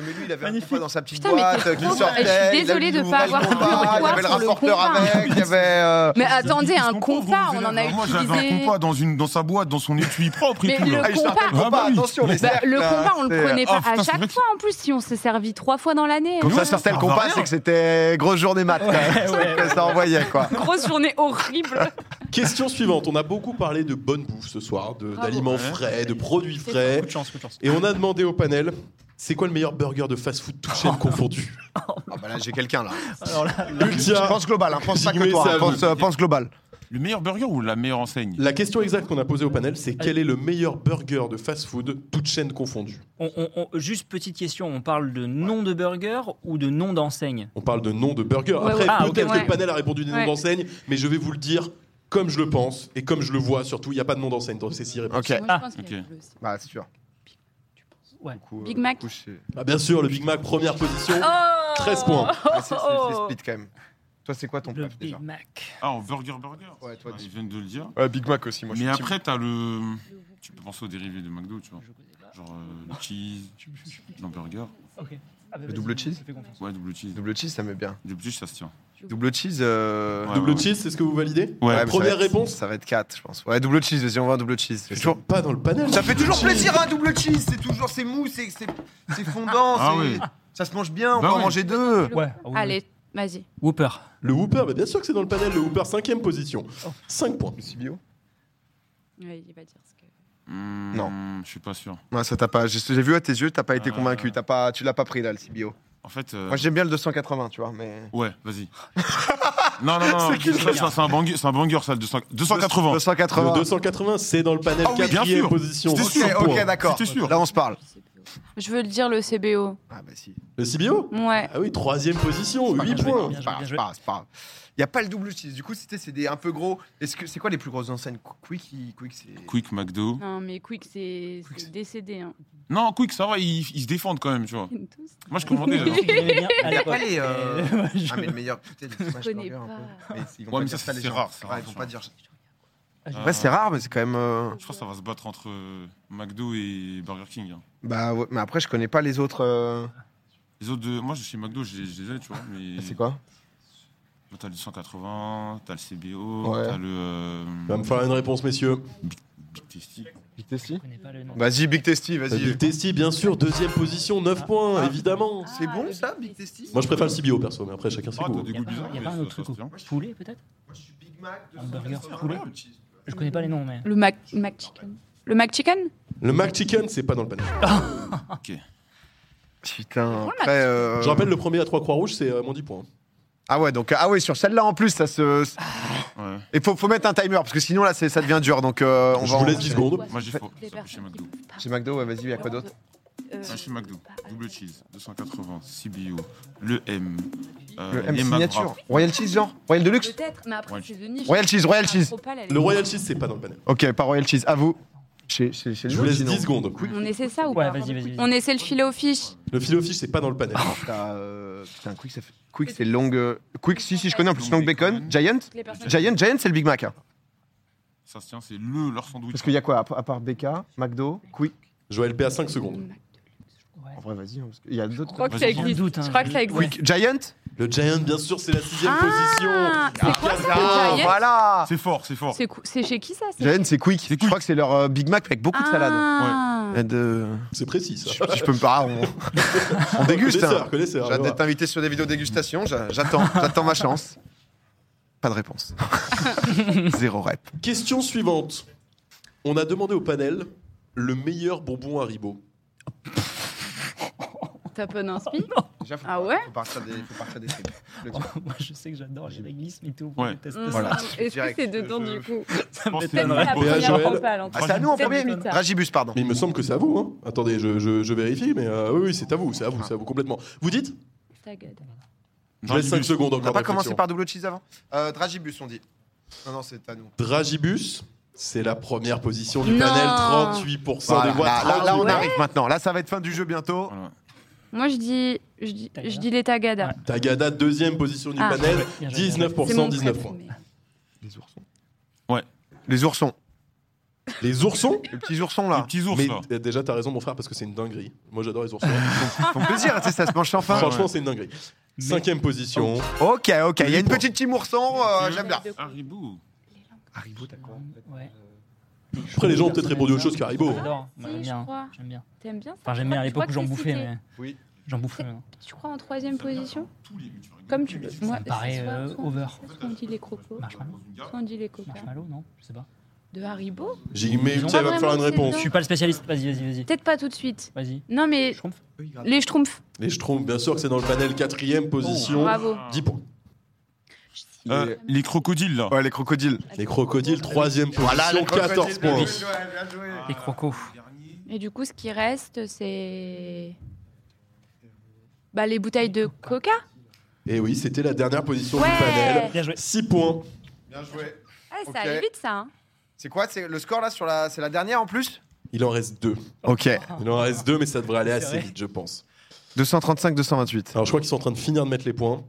Speaker 2: Mais lui, il avait un
Speaker 3: Magnifique.
Speaker 2: compas dans sa petite
Speaker 5: Putain, mais
Speaker 2: boîte
Speaker 5: t'es
Speaker 2: euh, qui
Speaker 5: trop bon.
Speaker 2: sortait.
Speaker 5: Je suis
Speaker 2: il avait
Speaker 5: désolée
Speaker 2: du
Speaker 5: de pas
Speaker 2: nouveau
Speaker 5: avoir
Speaker 2: compas, Il y
Speaker 5: compris pourquoi
Speaker 2: avait le
Speaker 5: sur le
Speaker 2: rapporteur
Speaker 5: compas.
Speaker 2: avec, il y avait. euh,
Speaker 5: Mais attendez, un
Speaker 4: Ils sont pauvres,
Speaker 5: compas,
Speaker 4: vous
Speaker 5: on
Speaker 4: êtes
Speaker 5: en a
Speaker 4: là. Moi, j'avais un
Speaker 5: utilisé.
Speaker 4: compas dans, une, dans sa boîte, dans son étui propre et
Speaker 5: Mais
Speaker 4: tout.
Speaker 5: le
Speaker 4: là.
Speaker 2: Ah, il sortait
Speaker 5: compas-
Speaker 2: le compas,
Speaker 4: Ah bah oui.
Speaker 2: attention, les
Speaker 5: Bah,
Speaker 2: cercles,
Speaker 5: le
Speaker 2: hein,
Speaker 5: combat, on
Speaker 2: c'est-
Speaker 5: le prenait
Speaker 4: Ah,
Speaker 5: pas à
Speaker 4: putain, c'est vrai
Speaker 5: chaque
Speaker 4: que-
Speaker 5: fois en plus, si on s'est servi trois fois dans l'année. hein.
Speaker 2: Quand
Speaker 4: Ouais,
Speaker 2: ça sortait le
Speaker 4: ça va
Speaker 2: compas,
Speaker 4: rien.
Speaker 2: c'est que c'était grosse journée maths. quand même. <laughs>
Speaker 3: Ouais, ouais.
Speaker 2: Que Ça envoyait quoi.
Speaker 5: <laughs> Grosse journée horrible.
Speaker 1: Question suivante. On a beaucoup parlé de bonne bouffe ce soir, de-
Speaker 5: Bravo.
Speaker 1: d'aliments
Speaker 4: Ouais.
Speaker 1: frais, de produits
Speaker 3: Coup
Speaker 1: frais.
Speaker 3: de chance, coup de chance.
Speaker 1: Et on a demandé au panel c'est quoi le meilleur burger de fast-food toute chaîne confondue
Speaker 2: Ah bah là, j'ai quelqu'un là.
Speaker 3: Alors là, là,
Speaker 1: Ultia.
Speaker 2: Pense global, hein, pense pas que
Speaker 1: Jimmy,
Speaker 2: toi,
Speaker 1: ça
Speaker 2: hein,
Speaker 1: veut-
Speaker 2: pense, euh, pense global.
Speaker 4: Le meilleur burger ou la meilleure enseigne
Speaker 1: La question exacte qu'on a posée au panel, c'est quel est le meilleur burger de fast-food, toute chaîne confondue
Speaker 3: on- on- on- juste petite question, on parle de nom de burger ou de nom d'enseigne
Speaker 1: On parle de nom de burger.
Speaker 5: Ouais,
Speaker 1: Après,
Speaker 5: ouais.
Speaker 3: Ah,
Speaker 1: peut-être
Speaker 5: ok,
Speaker 1: que
Speaker 5: ouais.
Speaker 1: le panel a répondu des noms
Speaker 5: Ouais.
Speaker 1: d'enseigne, mais je vais vous le dire comme je le pense et comme je le vois surtout. Il n'y a pas de nom d'enseigne dans ces six réponses.
Speaker 2: Ok.
Speaker 5: Moi, je pense
Speaker 4: Ah,
Speaker 5: qu'il y a
Speaker 4: ok.
Speaker 5: bleu aussi.
Speaker 2: Bah, c'est sûr.
Speaker 3: Ouais.
Speaker 2: Du coup, euh,
Speaker 5: Big Mac.
Speaker 2: du coup, c'est-
Speaker 1: Ah, bien sûr, le Big Mac, première position.
Speaker 5: Oh
Speaker 1: 13 points.
Speaker 2: Ah, c'est- c'est c'est split quand même. Toi, c'est quoi ton
Speaker 3: Oh. Le
Speaker 2: plat
Speaker 3: Big
Speaker 2: déjà
Speaker 3: Mac.
Speaker 4: Ah, en burger, burger
Speaker 2: Ouais, toi, dis.
Speaker 4: Je viens de le dire.
Speaker 2: Ouais, Big Mac aussi, moi
Speaker 4: Mais
Speaker 2: je suis team.
Speaker 4: après, t'as le. Tu peux penser aux dérivés de McDo, tu vois.
Speaker 3: Je connais pas.
Speaker 4: Genre euh, le cheese, l'hamburger.
Speaker 3: Ok. Ah, bah,
Speaker 2: Le
Speaker 3: vas-y,
Speaker 2: double
Speaker 3: je
Speaker 2: cheese
Speaker 3: te fais confiance.
Speaker 4: Ouais, double cheese.
Speaker 2: Double cheese, ça met bien.
Speaker 4: Double cheese, ça se tient.
Speaker 2: Double cheese. euh,
Speaker 4: Ouais.
Speaker 1: Double cheese, c'est ce que vous validez
Speaker 4: Ouais,
Speaker 2: mais ça
Speaker 1: Première
Speaker 2: va être-
Speaker 1: réponse.
Speaker 2: Ça va être 4, je pense. Ouais, double cheese, vas-y, on va un double cheese.
Speaker 1: Mais
Speaker 2: C'est
Speaker 1: c'est
Speaker 2: toujours-
Speaker 1: pas dans le panel.
Speaker 2: Ça fait toujours plaisir hein. un double cheese, c'est toujours c'est mou, c'est c'est- c'est fondant,
Speaker 4: Ah
Speaker 2: c'est-
Speaker 4: oui.
Speaker 2: ça se mange bien, on
Speaker 4: Bah
Speaker 2: peut en
Speaker 4: oui.
Speaker 2: manger deux.
Speaker 3: Ouais. ah oui, oui.
Speaker 5: Allez, vas-y.
Speaker 3: Whooper.
Speaker 1: Le Whooper, bah bien sûr que c'est dans le panel. Le Whooper, cinquième position. 5 points.
Speaker 2: Le CBO
Speaker 5: Ouais, il va dire ce que.
Speaker 4: Hmm,
Speaker 2: Non.
Speaker 4: Je suis pas sûr.
Speaker 2: Ouais, ça t'a pas. J'ai j'ai vu à tes yeux, t'as pas été
Speaker 4: Euh.
Speaker 2: convaincu, t'as pas, tu l'as pas pris là le CBO.
Speaker 4: En fait. euh,
Speaker 2: Moi j'aime bien le 280, tu vois, mais.
Speaker 4: Ouais,
Speaker 2: <laughs>
Speaker 4: vas-y. non, non, non,
Speaker 2: C'est qui le
Speaker 4: ça, ça, c'est un banger, c'est un banger, ça, le 200 280.
Speaker 2: 280.
Speaker 1: Le 280, c'est dans le panel,
Speaker 2: Ah oui, bien
Speaker 1: quatrième
Speaker 4: sûr.
Speaker 1: position.
Speaker 4: C'était
Speaker 2: Ok,
Speaker 4: sûr,
Speaker 1: 5
Speaker 2: ok,
Speaker 1: points.
Speaker 2: d'accord.
Speaker 4: C'était sûr.
Speaker 2: Là on se parle.
Speaker 5: Je veux le dire le CBO.
Speaker 2: Ah bah si.
Speaker 1: Le CBO
Speaker 5: Ouais.
Speaker 1: Ah oui, troisième
Speaker 4: Oh,
Speaker 1: position,
Speaker 2: Pas
Speaker 1: 8
Speaker 2: grave,
Speaker 1: points.
Speaker 3: bien
Speaker 2: C'est
Speaker 3: joué,
Speaker 2: pas
Speaker 3: bien
Speaker 2: grave, c'est
Speaker 3: joué.
Speaker 2: pas grave, c'est pas grave. Il y a pas le double cheese. Du coup, c'était c'est des un peu gros. Est-ce que c'est quoi les plus grosses enseignes Quick, il- Quick c'est.
Speaker 4: Quick, McDo.
Speaker 5: Non, mais Quick, c'est
Speaker 2: Quick,
Speaker 5: c'est
Speaker 2: c'est-
Speaker 5: décédé. Hein. <laughs>
Speaker 4: Non, Quick, ça va, ils, ils se défendent quand même, tu vois. Moi, je commandais.
Speaker 5: Oui.
Speaker 4: là.
Speaker 3: J'aimais bien à
Speaker 2: Il y a
Speaker 3: l'époque.
Speaker 2: pas
Speaker 3: <laughs>
Speaker 2: les. euh,
Speaker 3: Euh, je-
Speaker 2: Ah mais le meilleur putain
Speaker 5: <laughs>
Speaker 2: les smash
Speaker 5: connais
Speaker 2: burgers un peu.
Speaker 5: pas.
Speaker 2: Mais ils vont
Speaker 4: Ouais,
Speaker 2: pas
Speaker 4: mais
Speaker 2: dire
Speaker 4: ça,
Speaker 2: ça,
Speaker 4: c'est
Speaker 2: les gens.
Speaker 4: rare, c'est
Speaker 2: Ouais,
Speaker 4: rare,
Speaker 2: ils vont
Speaker 4: ça.
Speaker 2: pas dire.
Speaker 4: Euh,
Speaker 2: Ouais c'est rare mais c'est quand même. euh,
Speaker 4: Hein, Je crois que ça va se battre entre euh, McDo et Burger King. hein.
Speaker 2: Bah ouais, mais après je connais pas les autres. euh,
Speaker 4: Les autres, deux- moi, je suis McDo, je les je les ai, tu vois. Mais
Speaker 2: C'est quoi
Speaker 4: Bah, T'as le 180, t'as le CBO,
Speaker 2: Ouais.
Speaker 4: t'as le euh,
Speaker 1: Il va me falloir une réponse, messieurs.
Speaker 4: Big Tasty.
Speaker 2: Big
Speaker 3: Je
Speaker 2: Testy.
Speaker 3: connais pas le nom.
Speaker 2: Vas-y Big Testy,
Speaker 1: Big
Speaker 2: vas-y. Ah.
Speaker 1: Testy, Euh, bien sûr, deuxième position, 9 points, évidemment.
Speaker 2: C'est bon ça Big Testy
Speaker 1: Moi, je préfère le CBO, perso, mais après, chacun ses
Speaker 4: Ah,
Speaker 1: goûts.
Speaker 4: t'as des
Speaker 3: Il y a
Speaker 4: goûts
Speaker 3: pas,
Speaker 4: bizarres.
Speaker 3: y a
Speaker 4: mais
Speaker 3: pas un
Speaker 4: ça-
Speaker 3: autre
Speaker 4: ça se
Speaker 3: truc
Speaker 4: tient.
Speaker 3: au
Speaker 2: hein.
Speaker 3: poulet peut-être
Speaker 2: Moi je suis Big Mac.
Speaker 3: Un burger poulet Je connais pas les noms mais. <laughs>
Speaker 5: Le Mac, Mac Chicken. Le Mac Chicken
Speaker 1: Le McChicken, c'est pas dans le panel.
Speaker 2: Putain.
Speaker 5: Pourquoi
Speaker 2: Après. euh,
Speaker 1: Je rappelle, le premier à 3 croix rouges, c'est euh, moins 10 points.
Speaker 2: Ah ouais donc ah ouais sur celle-là en plus ça se.
Speaker 4: Ouais.
Speaker 2: Il faut, faut mettre un timer parce que sinon là c'est- ça devient dur donc euh, on
Speaker 1: Je
Speaker 2: va.
Speaker 1: vous
Speaker 2: en-
Speaker 1: laisse 10 secondes.
Speaker 4: Moi, j'ai faux.
Speaker 5: Les
Speaker 4: Chez
Speaker 5: personnes qui
Speaker 4: McDo.
Speaker 5: peuvent pas.
Speaker 2: Chez McDo ouais vas-y il y a quoi d'autre
Speaker 5: Euh,
Speaker 4: Ah, chez McDo. Double cheese, 280, CBO, le M. euh,
Speaker 2: Le M
Speaker 4: et
Speaker 2: signature.
Speaker 4: McWrap.
Speaker 2: Royal cheese genre Royal deluxe
Speaker 5: Peut-être, mais après,
Speaker 4: Ouais.
Speaker 5: c'est de niche.
Speaker 2: Royal cheese Royal
Speaker 5: Ah,
Speaker 2: cheese.
Speaker 5: trop pâle, elle est-
Speaker 1: Le Royal Cheese, c'est pas dans le panel.
Speaker 2: Ok pas Royal cheese à vous. Chez chez chez
Speaker 1: Je
Speaker 2: nous,
Speaker 1: vous laisse
Speaker 2: sinon.
Speaker 1: 10 secondes.
Speaker 5: On essaie ça ou
Speaker 3: Ouais,
Speaker 5: pas
Speaker 3: vas-y, vas-y.
Speaker 5: On essaie le filet au fish.
Speaker 1: Le filet au fish, c'est pas dans le
Speaker 2: Ah.
Speaker 1: panel.
Speaker 2: T'as, euh, Putain, Quick, ça fait... Quick c'est long. euh, Quick, si, si, je connais en plus long bacon. Giant
Speaker 5: Les personnes-
Speaker 2: Giant, Giant, c'est le Big Mac. hein.
Speaker 4: Ça se tient, c'est le leur sandwich.
Speaker 2: Parce qu'il y a quoi à, à part BK, McDo, Quick
Speaker 1: Joël P à 5 secondes.
Speaker 2: En vrai, vas-y, hein, parce qu'il y a
Speaker 5: Je
Speaker 2: d'autres.
Speaker 5: crois que
Speaker 4: Vas-y,
Speaker 5: ça
Speaker 4: j'en
Speaker 5: existe.
Speaker 3: doute, hein,
Speaker 5: Je crois que ça
Speaker 3: je-
Speaker 5: existe.
Speaker 2: Quick, Giant
Speaker 1: Le Giant, bien sûr, c'est la sixième
Speaker 5: Ah,
Speaker 1: position.
Speaker 5: c'est quoi ça,
Speaker 2: Ah,
Speaker 5: le Giant
Speaker 2: voilà
Speaker 4: C'est fort, c'est fort.
Speaker 5: C'est cou- C'est chez qui ça
Speaker 2: <laughs>
Speaker 5: c'est-
Speaker 2: Giant, c'est Quick. Je
Speaker 4: C'est Quick.
Speaker 2: crois que c'est leur euh, Big Mac avec beaucoup de salade.
Speaker 5: Ah.
Speaker 2: Et de-
Speaker 1: C'est précis, ça.
Speaker 2: Si je peux me parler, on, on déguste. hein.
Speaker 1: Connaisseur, connaisseur.
Speaker 2: J'ai hâte d'être invité sur des vidéos dégustation. j'a- J'attends, j'attends ma chance. Pas de
Speaker 5: <laughs>
Speaker 2: réponse. Zéro rep.
Speaker 1: Question suivante. On a demandé au panel le meilleur bonbon Haribo.
Speaker 5: Top on inspi.
Speaker 2: Déjà, faut,
Speaker 5: Ah ouais
Speaker 2: faut partir des, faut partir des tripes. Le type.
Speaker 3: Moi, je sais que j'adore les églises, mais tout.
Speaker 4: Ouais.
Speaker 3: je déteste
Speaker 5: Mm.
Speaker 3: ça.
Speaker 2: Voilà.
Speaker 5: Est-ce que
Speaker 2: Direct.
Speaker 5: c'est dedans du
Speaker 2: Je-
Speaker 5: coup
Speaker 3: Ça
Speaker 4: pense que
Speaker 5: C'est
Speaker 4: c'est un
Speaker 5: la
Speaker 4: vrai
Speaker 5: première
Speaker 4: beau-
Speaker 1: Et à Joël
Speaker 5: frontale, en
Speaker 2: Ah,
Speaker 5: tout
Speaker 2: c'est à nous en
Speaker 5: C'est
Speaker 2: premier
Speaker 5: plus tard.
Speaker 2: Ragibus, pardon.
Speaker 1: Mais il me semble que c'est à vous. Hein. Attendez, je, je- je vérifie, mais euh, oui, oui, c'est à vous, c'est à vous, c'est à vous complètement. Vous dites
Speaker 5: Ta gueule.
Speaker 1: Je laisse 5 secondes
Speaker 2: On
Speaker 1: encore.
Speaker 2: n'a pas
Speaker 1: de
Speaker 2: commencé
Speaker 1: réflexion.
Speaker 2: par double cheese avant euh, Dragibus, on dit. Non, non, c'est à nous.
Speaker 1: Dragibus, c'est la première position du
Speaker 5: Non.
Speaker 1: panel, 38%
Speaker 2: Voilà,
Speaker 1: des voix.
Speaker 2: là, là, là, on
Speaker 1: 38.
Speaker 2: arrive maintenant. Là, ça va être fin du jeu bientôt.
Speaker 4: Voilà.
Speaker 5: Moi, je dis, je dis,
Speaker 3: Tagada.
Speaker 5: je dis les Tagada.
Speaker 3: Ouais.
Speaker 1: Tagada, deuxième position du
Speaker 5: Ah.
Speaker 1: panel,
Speaker 3: Bien joué, bien joué.
Speaker 5: C'est
Speaker 1: 19%,
Speaker 5: mon
Speaker 1: 19
Speaker 5: préf,
Speaker 1: points.
Speaker 5: mais-
Speaker 2: Les oursons.
Speaker 4: Ouais.
Speaker 2: Les oursons.
Speaker 1: Les oursons
Speaker 2: Les petits oursons,
Speaker 4: Les
Speaker 2: là.
Speaker 4: petits ours,
Speaker 1: Mais
Speaker 4: là.
Speaker 1: euh, déjà, t'as raison, mon frère, parce que c'est une dinguerie. Moi, j'adore
Speaker 2: <laughs>
Speaker 1: les oursons.
Speaker 2: Ils font plaisir, tu sais, ça se penche enfin.
Speaker 1: Franchement, c'est une dinguerie.
Speaker 3: Mais-
Speaker 1: Cinquième position.
Speaker 2: Ok, ok. Il y a une
Speaker 1: Huit
Speaker 2: petite team ourson, euh, j'aime bien.
Speaker 4: Haribou.
Speaker 2: Haribo, t'as quoi
Speaker 3: Ouais.
Speaker 1: Après, les gens ont peut-être répondu aux choses qu'Haribo. hein.
Speaker 3: J'adore.
Speaker 5: Si,
Speaker 3: Moi, j'aime
Speaker 5: je
Speaker 3: bien.
Speaker 5: crois.
Speaker 3: J'aime bien.
Speaker 5: T'aimes bien ça
Speaker 3: Enfin, j'aime
Speaker 5: Je
Speaker 3: bien
Speaker 5: crois-
Speaker 3: à
Speaker 5: je
Speaker 3: l'époque où
Speaker 5: crois
Speaker 3: j'en
Speaker 5: que
Speaker 3: bouffais,
Speaker 5: c'est cité.
Speaker 3: mais.
Speaker 2: Oui.
Speaker 3: J'en bouffais. hein. maintenant.
Speaker 5: Tu crois en troisième position
Speaker 4: Tous les- tu regardes
Speaker 5: Comme
Speaker 4: tous
Speaker 5: tu
Speaker 4: les
Speaker 5: veux.
Speaker 4: films,
Speaker 5: Moi,
Speaker 3: me paraît,
Speaker 5: soit-
Speaker 3: euh,
Speaker 5: soit-
Speaker 3: over.
Speaker 5: soit on dit les crocos, soit
Speaker 3: Marshmallow
Speaker 5: on dit les coca.
Speaker 3: Marshmallow, non Je sais pas.
Speaker 5: De Haribo
Speaker 1: J'ai mais
Speaker 3: Ils ont
Speaker 1: Ultia
Speaker 5: pas
Speaker 1: va me faire une
Speaker 5: vraiment
Speaker 1: réponse.
Speaker 3: Je
Speaker 5: Non.
Speaker 3: suis pas le spécialiste. Vas-y, vas-y, vas-y.
Speaker 5: Peut-être pas tout de suite.
Speaker 3: Vas-y.
Speaker 5: Non, mais
Speaker 3: Je trompe
Speaker 5: les Schtroumpfs.
Speaker 1: Les Schtroumpfs, bien sûr que c'est dans le panel, quatrième position.
Speaker 5: Bravo.
Speaker 1: 10 points.
Speaker 4: Euh, les crocodiles, là.
Speaker 2: Ouais, les crocodiles.
Speaker 1: Les crocodiles, troisième position,
Speaker 2: Voilà, les crocodiles.
Speaker 1: 14 points.
Speaker 2: Bien joué, bien joué.
Speaker 3: Les crocos.
Speaker 5: Et du coup, ce qui reste, c'est. Bah, les bouteilles de coca
Speaker 1: Et oui, c'était la dernière position
Speaker 5: Ouais.
Speaker 1: du panel.
Speaker 3: Bien joué.
Speaker 1: 6 points.
Speaker 2: Bien joué.
Speaker 5: Ah, ça
Speaker 2: Ok.
Speaker 5: allait vite, ça. hein.
Speaker 2: C'est quoi c'est Le score, là, sur la... c'est la dernière en plus
Speaker 1: Il en reste deux.
Speaker 2: Ok.
Speaker 1: Il en reste deux, mais ça devrait aller
Speaker 3: C'est
Speaker 1: assez
Speaker 3: vrai.
Speaker 1: vite, je pense.
Speaker 2: 235, 228.
Speaker 1: Alors, je crois qu'ils sont en train de finir de mettre les points.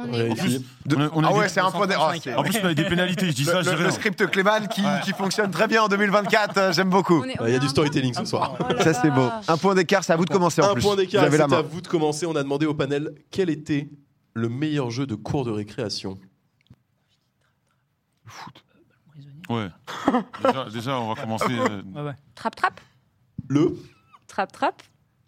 Speaker 5: On
Speaker 1: On
Speaker 5: est-
Speaker 1: vérifie.
Speaker 4: On a- on a
Speaker 2: ah
Speaker 4: des-
Speaker 2: ouais, c'est un point d'erreur.
Speaker 3: Le-
Speaker 2: c'est-
Speaker 4: En plus, on a des pénalités, je dis ça,
Speaker 2: Le,
Speaker 4: je dis
Speaker 2: le-
Speaker 4: rien.
Speaker 2: le script Clément qui, qui fonctionne très bien en 2024, euh, j'aime beaucoup.
Speaker 5: on est- on
Speaker 1: Il y
Speaker 5: est
Speaker 1: a du
Speaker 5: un
Speaker 1: storytelling ce soir.
Speaker 5: point. Oh là
Speaker 2: Ça c'est
Speaker 5: là.
Speaker 2: beau. Un point d'écart, c'est à vous de commencer en
Speaker 1: Un
Speaker 2: plus.
Speaker 1: point
Speaker 2: Vous
Speaker 1: d'écart,
Speaker 2: avez
Speaker 1: c'est
Speaker 2: la
Speaker 1: à
Speaker 2: main.
Speaker 1: vous de commencer. On a demandé au panel quel était le meilleur jeu de cours de récréation.
Speaker 3: Prisonnier.
Speaker 4: Ouais. Déjà, déjà, on va commencer. euh,
Speaker 3: Ouais, ouais.
Speaker 5: Trap, trap.
Speaker 1: Le
Speaker 5: Trap, trap.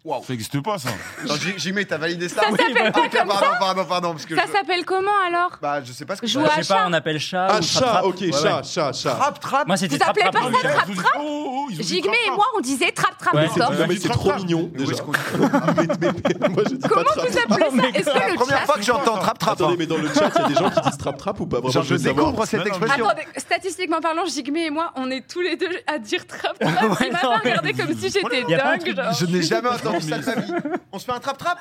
Speaker 4: Ça n'existe pas, ça.
Speaker 2: Non, J- Jimmy, t'as validé ça, oui.
Speaker 5: s'appelle
Speaker 2: Ah, ok, pardon, pardon, pardon, parce que
Speaker 5: Ça
Speaker 2: je,
Speaker 5: s'appelle comment alors
Speaker 2: bah, je sais pas ce que
Speaker 5: Joue
Speaker 2: bah,
Speaker 5: à
Speaker 3: Je sais pas, on appelle chat.
Speaker 1: Ah,
Speaker 3: ou
Speaker 1: chat,
Speaker 3: trap-trap.
Speaker 1: ok,
Speaker 3: Ouais,
Speaker 1: chat,
Speaker 3: ouais.
Speaker 1: chat, chat.
Speaker 2: Trappe, trappe.
Speaker 3: Moi, c'était
Speaker 5: Vous appelez
Speaker 3: trap-trap.
Speaker 5: pas ça
Speaker 4: Oh, oh, ils ont dit
Speaker 5: Jigmé et
Speaker 4: trap-trap.
Speaker 5: moi, on disait trap, trap,
Speaker 3: Ouais,
Speaker 5: non
Speaker 1: C'est-
Speaker 4: Attends,
Speaker 1: non, Ah, mais
Speaker 4: je
Speaker 1: c'est
Speaker 4: trappe,
Speaker 1: trop
Speaker 4: trappe.
Speaker 1: mignon
Speaker 2: Mais où
Speaker 1: déjà.
Speaker 2: est-ce
Speaker 1: <laughs>
Speaker 2: qu'on-
Speaker 1: Mais- mais- mais- moi je dis
Speaker 5: Comment
Speaker 1: pas
Speaker 5: vous
Speaker 1: trap.
Speaker 5: appelez
Speaker 3: Oh, mais
Speaker 5: ça Est-ce
Speaker 3: grave.
Speaker 5: que
Speaker 2: La
Speaker 5: le
Speaker 2: première
Speaker 5: chat-
Speaker 2: fois que j'entends trappe trappe.
Speaker 1: Attendez, mais dans le chat, il y a des gens qui disent trap trap ou pas vraiment
Speaker 2: Genre,
Speaker 1: je
Speaker 2: je
Speaker 1: veux savoir.
Speaker 2: découvre cette
Speaker 4: Non, non,
Speaker 2: expression.
Speaker 5: Attendez, statistiquement parlant, Jigmé et moi, on est tous les deux à dire trap trap.
Speaker 3: <laughs> Ouais,
Speaker 5: Il m'a
Speaker 3: non,
Speaker 5: pas
Speaker 3: mais-
Speaker 5: regardé comme si j'étais
Speaker 3: Y a pas un
Speaker 5: dingue.
Speaker 3: truc-
Speaker 5: genre.
Speaker 2: Je n'ai jamais entendu ça
Speaker 4: Mais-
Speaker 2: de ma vie. On se fait un trappe trappe.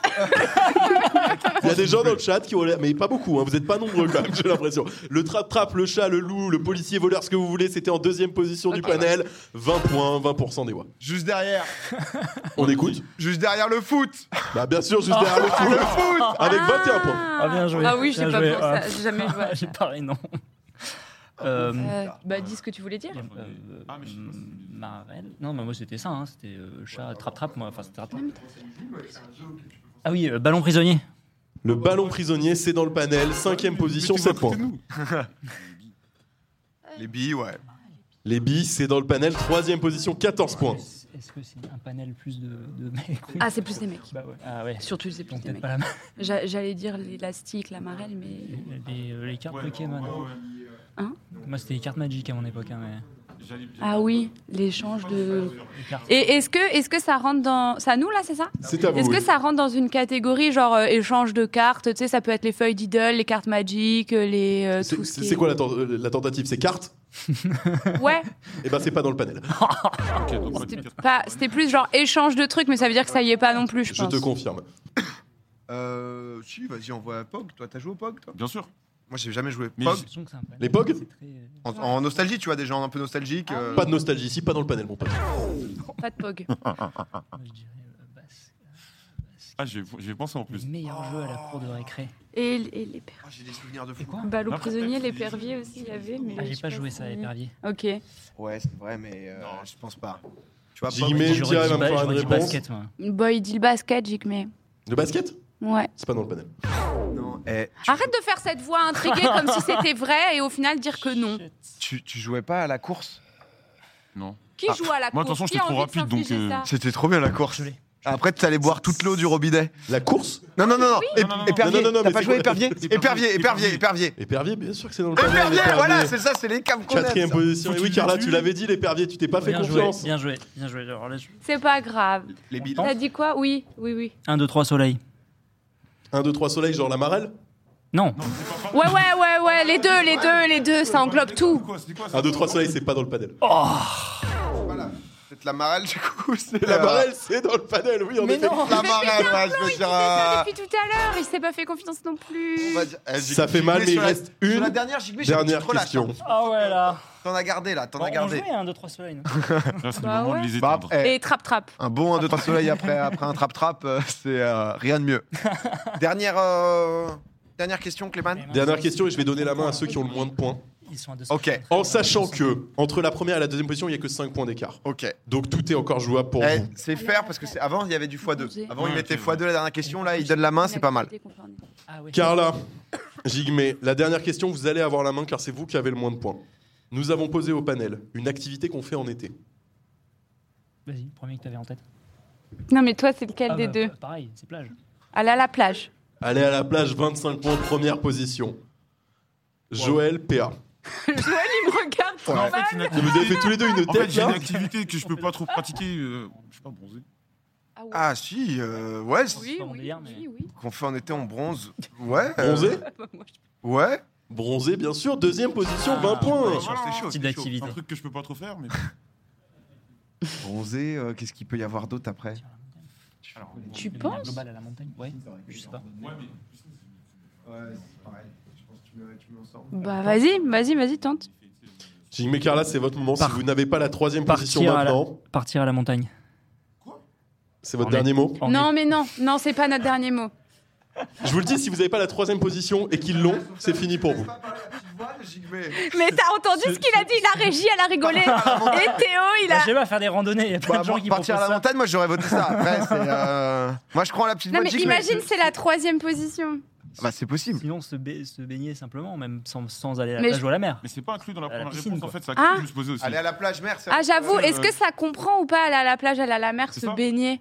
Speaker 1: Il y a des gens dans le chat qui ont l'air, mais pas beaucoup, hein, vous n'êtes pas nombreux quand même, j'ai l'impression. Le trap-trap, le chat, le loup, le policier voleur, ce que vous voulez, c'était en deuxième position du
Speaker 5: Ok.
Speaker 1: panel. 20 points, 20% des voix.
Speaker 2: Juste derrière,
Speaker 1: On écoute
Speaker 2: juste derrière le foot.
Speaker 1: Bah bien sûr, juste derrière le
Speaker 2: Le
Speaker 1: foot,
Speaker 2: foot.
Speaker 1: avec
Speaker 5: Oh, Ah.
Speaker 1: 21 points.
Speaker 3: Ah, bien joué.
Speaker 5: Ah oui, j'ai
Speaker 3: Bien
Speaker 5: pas
Speaker 3: joué, Ah.
Speaker 5: vu ça.
Speaker 3: ouais.
Speaker 5: J'ai jamais joué. à
Speaker 3: <laughs>
Speaker 5: ça.
Speaker 3: J'ai pareil, non. Euh,
Speaker 5: Euh, Bah, dis ce que tu voulais dire.
Speaker 3: euh,
Speaker 4: Ah, mais je sais pas si-
Speaker 3: Marvel Non, mais moi c'était ça, hein, c'était euh, chat, trap-trap, moi, enfin c'était trap-trap. Ah oui, euh, ballon prisonnier.
Speaker 1: Le ballon prisonnier, c'est dans le panel, cinquième position,
Speaker 4: Mettez-moi
Speaker 1: 7 points.
Speaker 4: à côté de nous.
Speaker 2: Les billes, ouais.
Speaker 1: Les billes, c'est dans le panel, troisième position, 14 points.
Speaker 3: Est-ce que c'est un panel plus de, de mecs ou-
Speaker 5: Ah, c'est plus des mecs.
Speaker 3: Bah ouais. Ah ouais.
Speaker 5: Surtout, c'est plus
Speaker 3: Donc
Speaker 5: des
Speaker 3: peut-être
Speaker 5: mecs.
Speaker 3: pas la même.
Speaker 5: J'a- J'allais dire l'élastique, la marelle, mais.
Speaker 3: Les, euh, les cartes
Speaker 4: Ouais,
Speaker 3: Pokémon.
Speaker 4: ouais, ouais.
Speaker 3: Moi c'était les cartes Magic à mon époque. Hein, mais...
Speaker 4: J'allais-
Speaker 5: Ah oui, l'échange de.
Speaker 3: les cartes-
Speaker 5: Et est-ce que, est que ça rentre dans. C'est à nous là, c'est ça
Speaker 1: C'est à vous.
Speaker 5: Est-ce
Speaker 1: oui.
Speaker 5: que ça rentre dans une catégorie genre euh, échange de cartes Tu sais, ça peut être les feuilles d'idole, les cartes magiques, les. euh,
Speaker 1: C'est
Speaker 5: tout ce qui
Speaker 1: c'est- c'est
Speaker 5: est-
Speaker 1: quoi la, ten- euh, la tentative C'est carte
Speaker 5: Ouais,
Speaker 1: Eh ben c'est pas dans le panel.
Speaker 4: Ok, donc, ouais,
Speaker 5: c'était
Speaker 4: quatre-
Speaker 5: pas- c'était plus genre échange de trucs, mais ça veut dire que ça y est pas non plus, je,
Speaker 1: Je
Speaker 5: pense.
Speaker 1: te confirme.
Speaker 2: Euh, si, vas-y, envoie à Pog. Toi, t'as joué au Pog, toi
Speaker 4: Bien sûr.
Speaker 2: Moi, j'ai jamais joué au
Speaker 4: Mais
Speaker 2: Pog.
Speaker 4: je-
Speaker 3: J'ai l'impression que c'est un panel,
Speaker 1: Les Pog
Speaker 3: c'est très, euh,
Speaker 2: En, en nostalgie, tu vois, des gens un peu nostalgiques. euh,
Speaker 1: Pas de nostalgie ici, pas dans le panel, mon pote.
Speaker 5: Pas
Speaker 2: <laughs>
Speaker 5: de pog.
Speaker 3: moi, je dirais, euh, basque.
Speaker 4: Ah, je vais je vais penser en plus.
Speaker 3: Les meilleurs jeux à la cour de récré.
Speaker 5: Et, et les per-
Speaker 2: Ah, j'ai des souvenirs de
Speaker 3: Et
Speaker 2: fou.
Speaker 3: quoi
Speaker 5: ballots
Speaker 4: Après,
Speaker 5: prisonniers,
Speaker 4: t'as
Speaker 5: les
Speaker 4: fait-
Speaker 5: perviers aussi, il y avait. Mais
Speaker 3: ah, J'ai
Speaker 5: je sais
Speaker 3: pas joué
Speaker 5: si
Speaker 3: ça,
Speaker 5: on y-
Speaker 3: Épervier.
Speaker 5: Ok.
Speaker 2: Ouais, c'est vrai, mais euh,
Speaker 4: Non.
Speaker 2: je pense pas. Tu vois,
Speaker 1: J'y
Speaker 2: Pog,
Speaker 1: mets-
Speaker 2: c'est-
Speaker 1: je dirais, elle va me
Speaker 3: ba-
Speaker 1: faire une
Speaker 3: j'aurais dit
Speaker 1: réponse.
Speaker 3: basket, moi.
Speaker 5: Boy deal basket, Jig, mais.
Speaker 1: Le basket
Speaker 5: Ouais.
Speaker 1: C'est pas dans le panel.
Speaker 2: Non, eh, tu,
Speaker 5: Arrête de faire cette voix intriguée comme si c'était vrai et au final dire que non.
Speaker 2: tu- tu jouais pas à la course
Speaker 4: Non.
Speaker 5: Qui joue à la
Speaker 4: Moi,
Speaker 5: course
Speaker 4: attention,
Speaker 5: Qui
Speaker 4: j'étais
Speaker 5: a
Speaker 4: trop
Speaker 5: envie de
Speaker 4: rapide, donc,
Speaker 5: s'infliger
Speaker 4: euh,
Speaker 5: ça
Speaker 2: C'était trop bien la course.
Speaker 3: Je l'ai.
Speaker 2: Après, t'allais boire toute l'eau du robinet.
Speaker 1: La course
Speaker 2: Non, non, Ah, non, non.
Speaker 4: Oui.
Speaker 2: Ép-
Speaker 4: Non, non, non,
Speaker 2: Épervier.
Speaker 1: non, non, non,
Speaker 2: T'as
Speaker 1: mais
Speaker 2: pas
Speaker 1: c'est
Speaker 2: joué
Speaker 1: quoi
Speaker 2: épervier Épervier,
Speaker 4: Épervier,
Speaker 2: épervier,
Speaker 4: épervier.
Speaker 2: épervier.
Speaker 1: Épervier, bien sûr que c'est dans le panel.
Speaker 2: Épervier, voilà,
Speaker 1: Épervier.
Speaker 2: c'est ça, c'est les caves qu'on
Speaker 1: Quatrième
Speaker 2: aime. ça.
Speaker 1: position.
Speaker 4: Faut
Speaker 1: Et
Speaker 4: que
Speaker 1: oui,
Speaker 4: tu
Speaker 1: Carla,
Speaker 4: le tues.
Speaker 1: tu l'avais dit, l'épervier, tu t'es pas fait
Speaker 3: Bien joué,
Speaker 1: confiance.
Speaker 3: bien joué, bien joué. Alors là, je-
Speaker 5: C'est pas grave.
Speaker 2: Les billes.
Speaker 5: T'as dit quoi Oui, oui, oui.
Speaker 3: 1, 2, 3, soleil.
Speaker 1: 1, 2, 3 soleil, genre la marelle.
Speaker 3: Non,
Speaker 5: Ouais, ouais, ouais, ouais, les deux, les deux, les deux, ça englobe tout.
Speaker 1: 1, 2, 3 soleil, c'est pas dans le panel.
Speaker 2: Peut-être la marelle, du coup. <laughs> c'est,
Speaker 1: La
Speaker 2: euh,
Speaker 1: marelle, c'est dans le panel, oui, en
Speaker 3: Mais
Speaker 1: effet.
Speaker 3: non.
Speaker 2: La marelle, ouais, je veux dire. euh,
Speaker 5: Depuis tout à l'heure, il s'est pas fait confiance non plus.
Speaker 2: on va dire- eh, j'ai-
Speaker 1: Ça fait
Speaker 2: j'ai
Speaker 1: mal,
Speaker 2: glissé
Speaker 1: mais il
Speaker 2: sur la-
Speaker 1: reste
Speaker 2: Sur
Speaker 1: une
Speaker 2: la dernière, j'ai glissé, j'ai une
Speaker 1: Dernière
Speaker 2: petite relâche,
Speaker 1: question.
Speaker 2: hein.
Speaker 3: Ah ouais, là.
Speaker 2: T'en as gardé, là, t'en as gardé.
Speaker 3: 1, 2, 3, soleil. non
Speaker 4: Là, Ah, c'est le
Speaker 5: Bah
Speaker 4: moment
Speaker 5: ouais.
Speaker 4: de les
Speaker 2: Bah,
Speaker 4: éteindre.
Speaker 2: eh,
Speaker 5: Et trap trap.
Speaker 2: Un bon 1, 2, 3 <laughs> soleil après, après un trap-trap, euh, c'est euh, rien de mieux. <laughs> dernière, euh, dernière question, Clément
Speaker 1: <laughs> dernière question et je vais donner la main à ceux qui ont le moins de points.
Speaker 3: Ils sont à 200.
Speaker 2: Ok,
Speaker 1: En sachant que entre la première et la deuxième position, il n'y a que 5 points d'écart.
Speaker 2: ok.
Speaker 1: Donc tout est encore jouable pour
Speaker 2: Eh,
Speaker 1: vous.
Speaker 2: c'est faire parce que c'est- avant il y avait du x2. Avant il
Speaker 4: Ouais,
Speaker 2: mettait
Speaker 4: ok,
Speaker 2: x2 la dernière question, là il donne la main, Hein, c'est pas mal.
Speaker 3: Ah ouais.
Speaker 1: Carla, Jigmé, la dernière question, vous allez avoir la main car c'est vous qui avez le moins de points. Nous avons posé au panel une activité qu'on fait en été.
Speaker 3: Vas-y, premier que t'avais en tête.
Speaker 5: Non, mais toi, c'est lequel
Speaker 3: Ah
Speaker 5: des
Speaker 3: bah,
Speaker 5: deux
Speaker 3: Pareil, c'est plage.
Speaker 5: Aller à la plage.
Speaker 1: Allez à la plage, 25 points, première position. Joël, PA.
Speaker 5: Joël, <laughs> il me regarde trop
Speaker 4: Non, en
Speaker 5: mal.
Speaker 4: fait, une activité-
Speaker 1: Vous avez fait tous les deux une
Speaker 4: en fait,
Speaker 1: tête hein.
Speaker 4: j'ai une
Speaker 1: là
Speaker 4: activité que je peux pas trop pratiquer. euh, je sais pas, bronzer.
Speaker 5: Ah ouais.
Speaker 2: Ah si, euh, ouais, c'est-
Speaker 5: oui,
Speaker 3: pas mon
Speaker 5: oui,
Speaker 3: délire, mais-
Speaker 5: oui, oui. Ah, bah,
Speaker 2: qu'on fait en été on bronze. Ouais. euh,
Speaker 1: Bronzé
Speaker 5: Moi, je-
Speaker 2: Ouais.
Speaker 1: Bronzé, bien sûr. Deuxième position, 20
Speaker 3: Ah,
Speaker 1: points.
Speaker 3: ouais.
Speaker 2: c'est chaud,
Speaker 3: Petite
Speaker 2: c'est chaud.
Speaker 4: C'est un
Speaker 3: activité.
Speaker 4: truc que je peux pas trop faire, mais.
Speaker 2: Bronzé, euh, qu'est-ce qu'il peut y avoir d'autre après
Speaker 4: Alors,
Speaker 5: Tu
Speaker 3: De manière
Speaker 5: penses
Speaker 3: globale à la montagne Ouais, je sais pas.
Speaker 4: ouais, mais-
Speaker 2: Ouais, c'est pareil. Je pense que tu me, tu me ensemble.
Speaker 5: Bah, vas-y, vas-y, vas-y, tente.
Speaker 1: Jigmé, Carla, c'est votre moment.
Speaker 3: Par-
Speaker 1: si vous n'avez pas la troisième position
Speaker 3: Partir à la-
Speaker 1: maintenant,
Speaker 3: Partir à la montagne.
Speaker 1: c'est votre
Speaker 3: En
Speaker 1: dernier mot.
Speaker 3: En
Speaker 5: Non, mais non, non, c'est pas notre dernier mot.
Speaker 1: Je vous le dis, si vous n'avez pas la troisième position et qu'ils l'ont, c'est fini pour vous.
Speaker 5: <laughs>
Speaker 2: Bah,
Speaker 5: Mais t'as entendu ce qu'il a dit La régie, elle a
Speaker 2: <laughs>
Speaker 5: rigolé.
Speaker 2: Ah,
Speaker 5: Et Théo, il
Speaker 3: Bah,
Speaker 5: a.
Speaker 3: je sais pas, faire des randonnées, il y a plein
Speaker 2: Bah,
Speaker 3: de gens qui
Speaker 2: partir à
Speaker 3: proposent
Speaker 2: la
Speaker 3: ça.
Speaker 2: montagne, moi j'aurais voté ça. Après, c'est, euh, Moi je crois en la petite
Speaker 5: Non, mais
Speaker 2: logique,
Speaker 5: imagine, c'est la troisième position.
Speaker 2: Bah c'est possible.
Speaker 3: Sinon, se, ba- se baigner simplement, même sans, sans aller à la
Speaker 5: Mais
Speaker 3: plage
Speaker 5: je-
Speaker 3: ou à la mer.
Speaker 4: Mais c'est pas inclus dans la
Speaker 3: À Euh, la
Speaker 4: première
Speaker 3: piscine,
Speaker 4: réponse, en
Speaker 3: quoi.
Speaker 4: fait, ça
Speaker 5: Ah.
Speaker 4: je me posais aussi.
Speaker 2: Aller à la plage, mer. c'est-
Speaker 5: Ah, j'avoue,
Speaker 2: Euh,
Speaker 5: est-ce que ça comprend ou pas aller à la plage, aller à la mer,
Speaker 4: C'est
Speaker 5: se
Speaker 4: ça
Speaker 5: baigner,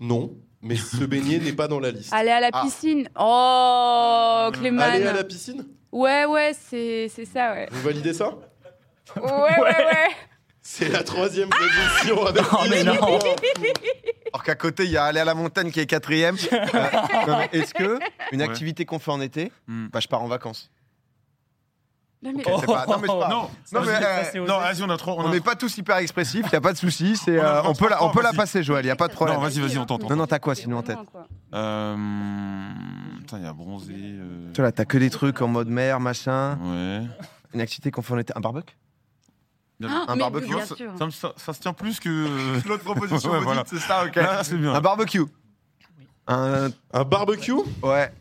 Speaker 1: Non, mais se baigner n'est pas dans la liste.
Speaker 5: aller à la
Speaker 2: Ah. Mmh.
Speaker 5: piscine Oh, Clément.
Speaker 1: Aller à la piscine
Speaker 5: Ouais, ouais, c'est c'est ça,
Speaker 1: Vous
Speaker 2: <laughs>
Speaker 5: ouais.
Speaker 1: validez ça
Speaker 5: Ouais, ouais, ouais.
Speaker 1: C'est la troisième position avec
Speaker 3: Ah Non, mais
Speaker 1: 10
Speaker 3: non.
Speaker 1: points.
Speaker 2: Alors qu'à côté, il y a aller à la montagne qui est quatrième. Euh, non, mais Est-ce que une
Speaker 4: Ouais.
Speaker 2: activité qu'on fait en été,
Speaker 4: Hmm.
Speaker 2: bah je pars en vacances.
Speaker 5: Non, mais-
Speaker 2: Ok, c'est pas- Non mais
Speaker 3: Oh,
Speaker 2: c'est pas-
Speaker 4: Non,
Speaker 2: Non, mais, euh,
Speaker 3: C'est osé.
Speaker 4: non, vas-y, on a trop.
Speaker 2: on n'est pas tous hyper expressifs, il y a pas de souci, c'est
Speaker 4: On a
Speaker 2: euh,
Speaker 4: vingt-cinq
Speaker 2: on peut la, on peut la
Speaker 4: vas-y.
Speaker 2: passer Joël, il y a pas de problème.
Speaker 4: Non, vas-y, vas-y, on t'entend.
Speaker 2: Non, non, t'as quoi, sinon, en tête
Speaker 4: Euh, Putain, il y a bronzé. euh,
Speaker 2: Toi là, t'as que des trucs en mode mer, machin.
Speaker 4: Ouais.
Speaker 2: Une activité qu'on fait en été, un barbecue
Speaker 5: Ah,
Speaker 2: Un
Speaker 5: mais
Speaker 2: barbecue,
Speaker 5: bien
Speaker 4: ça,
Speaker 5: sûr.
Speaker 4: ça me- ça- ça se tient plus que. euh,
Speaker 2: L'autre
Speaker 4: <laughs> proposition, vous dites,
Speaker 2: c'est ça, ok. Ah,
Speaker 4: Là, c'est bien.
Speaker 2: Un barbecue. Un
Speaker 1: Un barbecue
Speaker 2: ouais.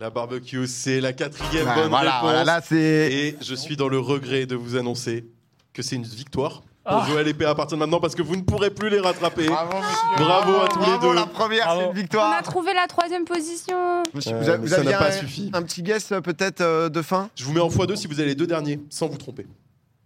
Speaker 1: La barbecue, c'est la quatrième
Speaker 3: Ah,
Speaker 2: Ouais,
Speaker 1: bonne
Speaker 2: voilà,
Speaker 1: réponse.
Speaker 2: voilà, là c'est
Speaker 1: Et je suis dans le regret de vous annoncer que c'est une victoire pour
Speaker 3: Ah.
Speaker 1: Joël et PA à partir de maintenant parce que vous ne pourrez plus les rattraper.
Speaker 2: Bravo, monsieur.
Speaker 1: Bravo à tous les
Speaker 2: Bravo,
Speaker 1: deux.
Speaker 2: La première, c'est
Speaker 3: Bravo.
Speaker 2: une
Speaker 5: On
Speaker 2: victoire.
Speaker 5: a trouvé la troisième position.
Speaker 2: Vous,
Speaker 1: Euh,
Speaker 2: vous a-
Speaker 1: mais
Speaker 2: vous
Speaker 1: ça
Speaker 2: aviez
Speaker 1: n'a pas
Speaker 2: un,
Speaker 1: suffi.
Speaker 2: un petit guess euh, peut-être euh, de fin
Speaker 1: Je vous mets en x2 si vous avez les deux derniers, sans vous tromper.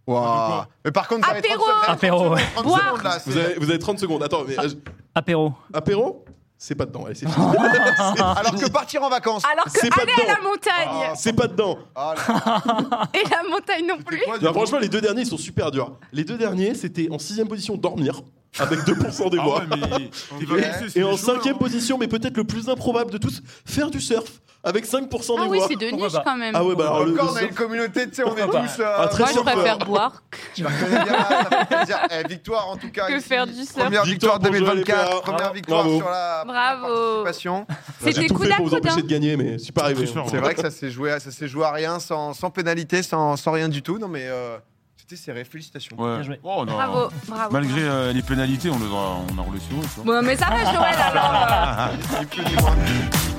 Speaker 2: Waouh. Mais par contre, ça va être
Speaker 5: Apéro.
Speaker 2: 30 secondes,
Speaker 3: Apéro, ouais.
Speaker 2: 30
Speaker 5: Boire.
Speaker 2: secondes, là, c'est-
Speaker 1: Vous avez, vous avez 30 secondes. Attends,
Speaker 3: Ah.
Speaker 1: mais, euh,
Speaker 3: Apéro.
Speaker 1: apéro C'est pas dedans. Allez,
Speaker 3: <laughs>
Speaker 1: c'est fini.
Speaker 2: Alors que partir en vacances.
Speaker 5: Alors que
Speaker 1: C'est pas
Speaker 5: aller à la
Speaker 1: dedans.
Speaker 5: montagne
Speaker 2: Ah.
Speaker 1: C'est pas dedans.
Speaker 2: Ah, là,
Speaker 5: et la montagne non plus.
Speaker 2: c'est quoi, du
Speaker 1: Non,
Speaker 2: coup
Speaker 1: franchement, les deux derniers ils sont super durs. Les deux derniers, c'était en sixième position dormir avec 2% des
Speaker 4: Ah
Speaker 1: voix.
Speaker 4: ouais, mais- t'es pas
Speaker 2: Et-
Speaker 4: vexé, c'est
Speaker 1: Et en
Speaker 4: chaud,
Speaker 1: cinquième
Speaker 4: hein.
Speaker 1: position, mais peut-être le plus improbable de tous, faire du surf avec 5% des
Speaker 5: Ah oui,
Speaker 1: voix.
Speaker 5: c'est de
Speaker 3: Pourquoi
Speaker 5: niche
Speaker 3: pas
Speaker 5: quand même.
Speaker 1: Ah ouais, bah alors le,
Speaker 2: Encore,
Speaker 1: le
Speaker 2: on a une
Speaker 1: surf,
Speaker 2: communauté, tu sais, on est
Speaker 3: Bah,
Speaker 2: tous. euh,
Speaker 1: ah, très
Speaker 5: Moi, je
Speaker 1: surfeur.
Speaker 5: préfère boire.
Speaker 2: je la reconnais bien, là, ça fait plaisir. Eh, victoire en tout cas.
Speaker 5: Que
Speaker 2: ici.
Speaker 5: faire du surf.
Speaker 2: Première victoire,
Speaker 1: Victoire pour Joël et
Speaker 2: 2024.
Speaker 1: Pierre.
Speaker 2: Première
Speaker 1: Bravo.
Speaker 2: victoire
Speaker 1: Bravo.
Speaker 2: sur la
Speaker 5: Bravo.
Speaker 2: participation.
Speaker 1: bah, j'ai
Speaker 5: C'était
Speaker 1: tout
Speaker 5: coup
Speaker 1: fait
Speaker 5: à
Speaker 1: pour vous
Speaker 5: coude. hein.
Speaker 1: empêcher de gagner, mais je suis pas arrivé.
Speaker 4: Très fort,
Speaker 2: C'est hein.
Speaker 4: Ouais.
Speaker 2: vrai que ça s'est joué, à- ça s'est joué à rien, sans, sans pénalité, sans, sans rien du tout. Non mais euh, c'était serré. Félicitations.
Speaker 4: Ouais.
Speaker 3: Bien joué.
Speaker 4: Oh, non.
Speaker 5: Bravo, bravo.
Speaker 4: Malgré euh, les pénalités, on, les a, on a roulé sur eux, tu vois.
Speaker 5: Bon, mais ça va, Joël, alors.
Speaker 2: Ni plus, ni moins.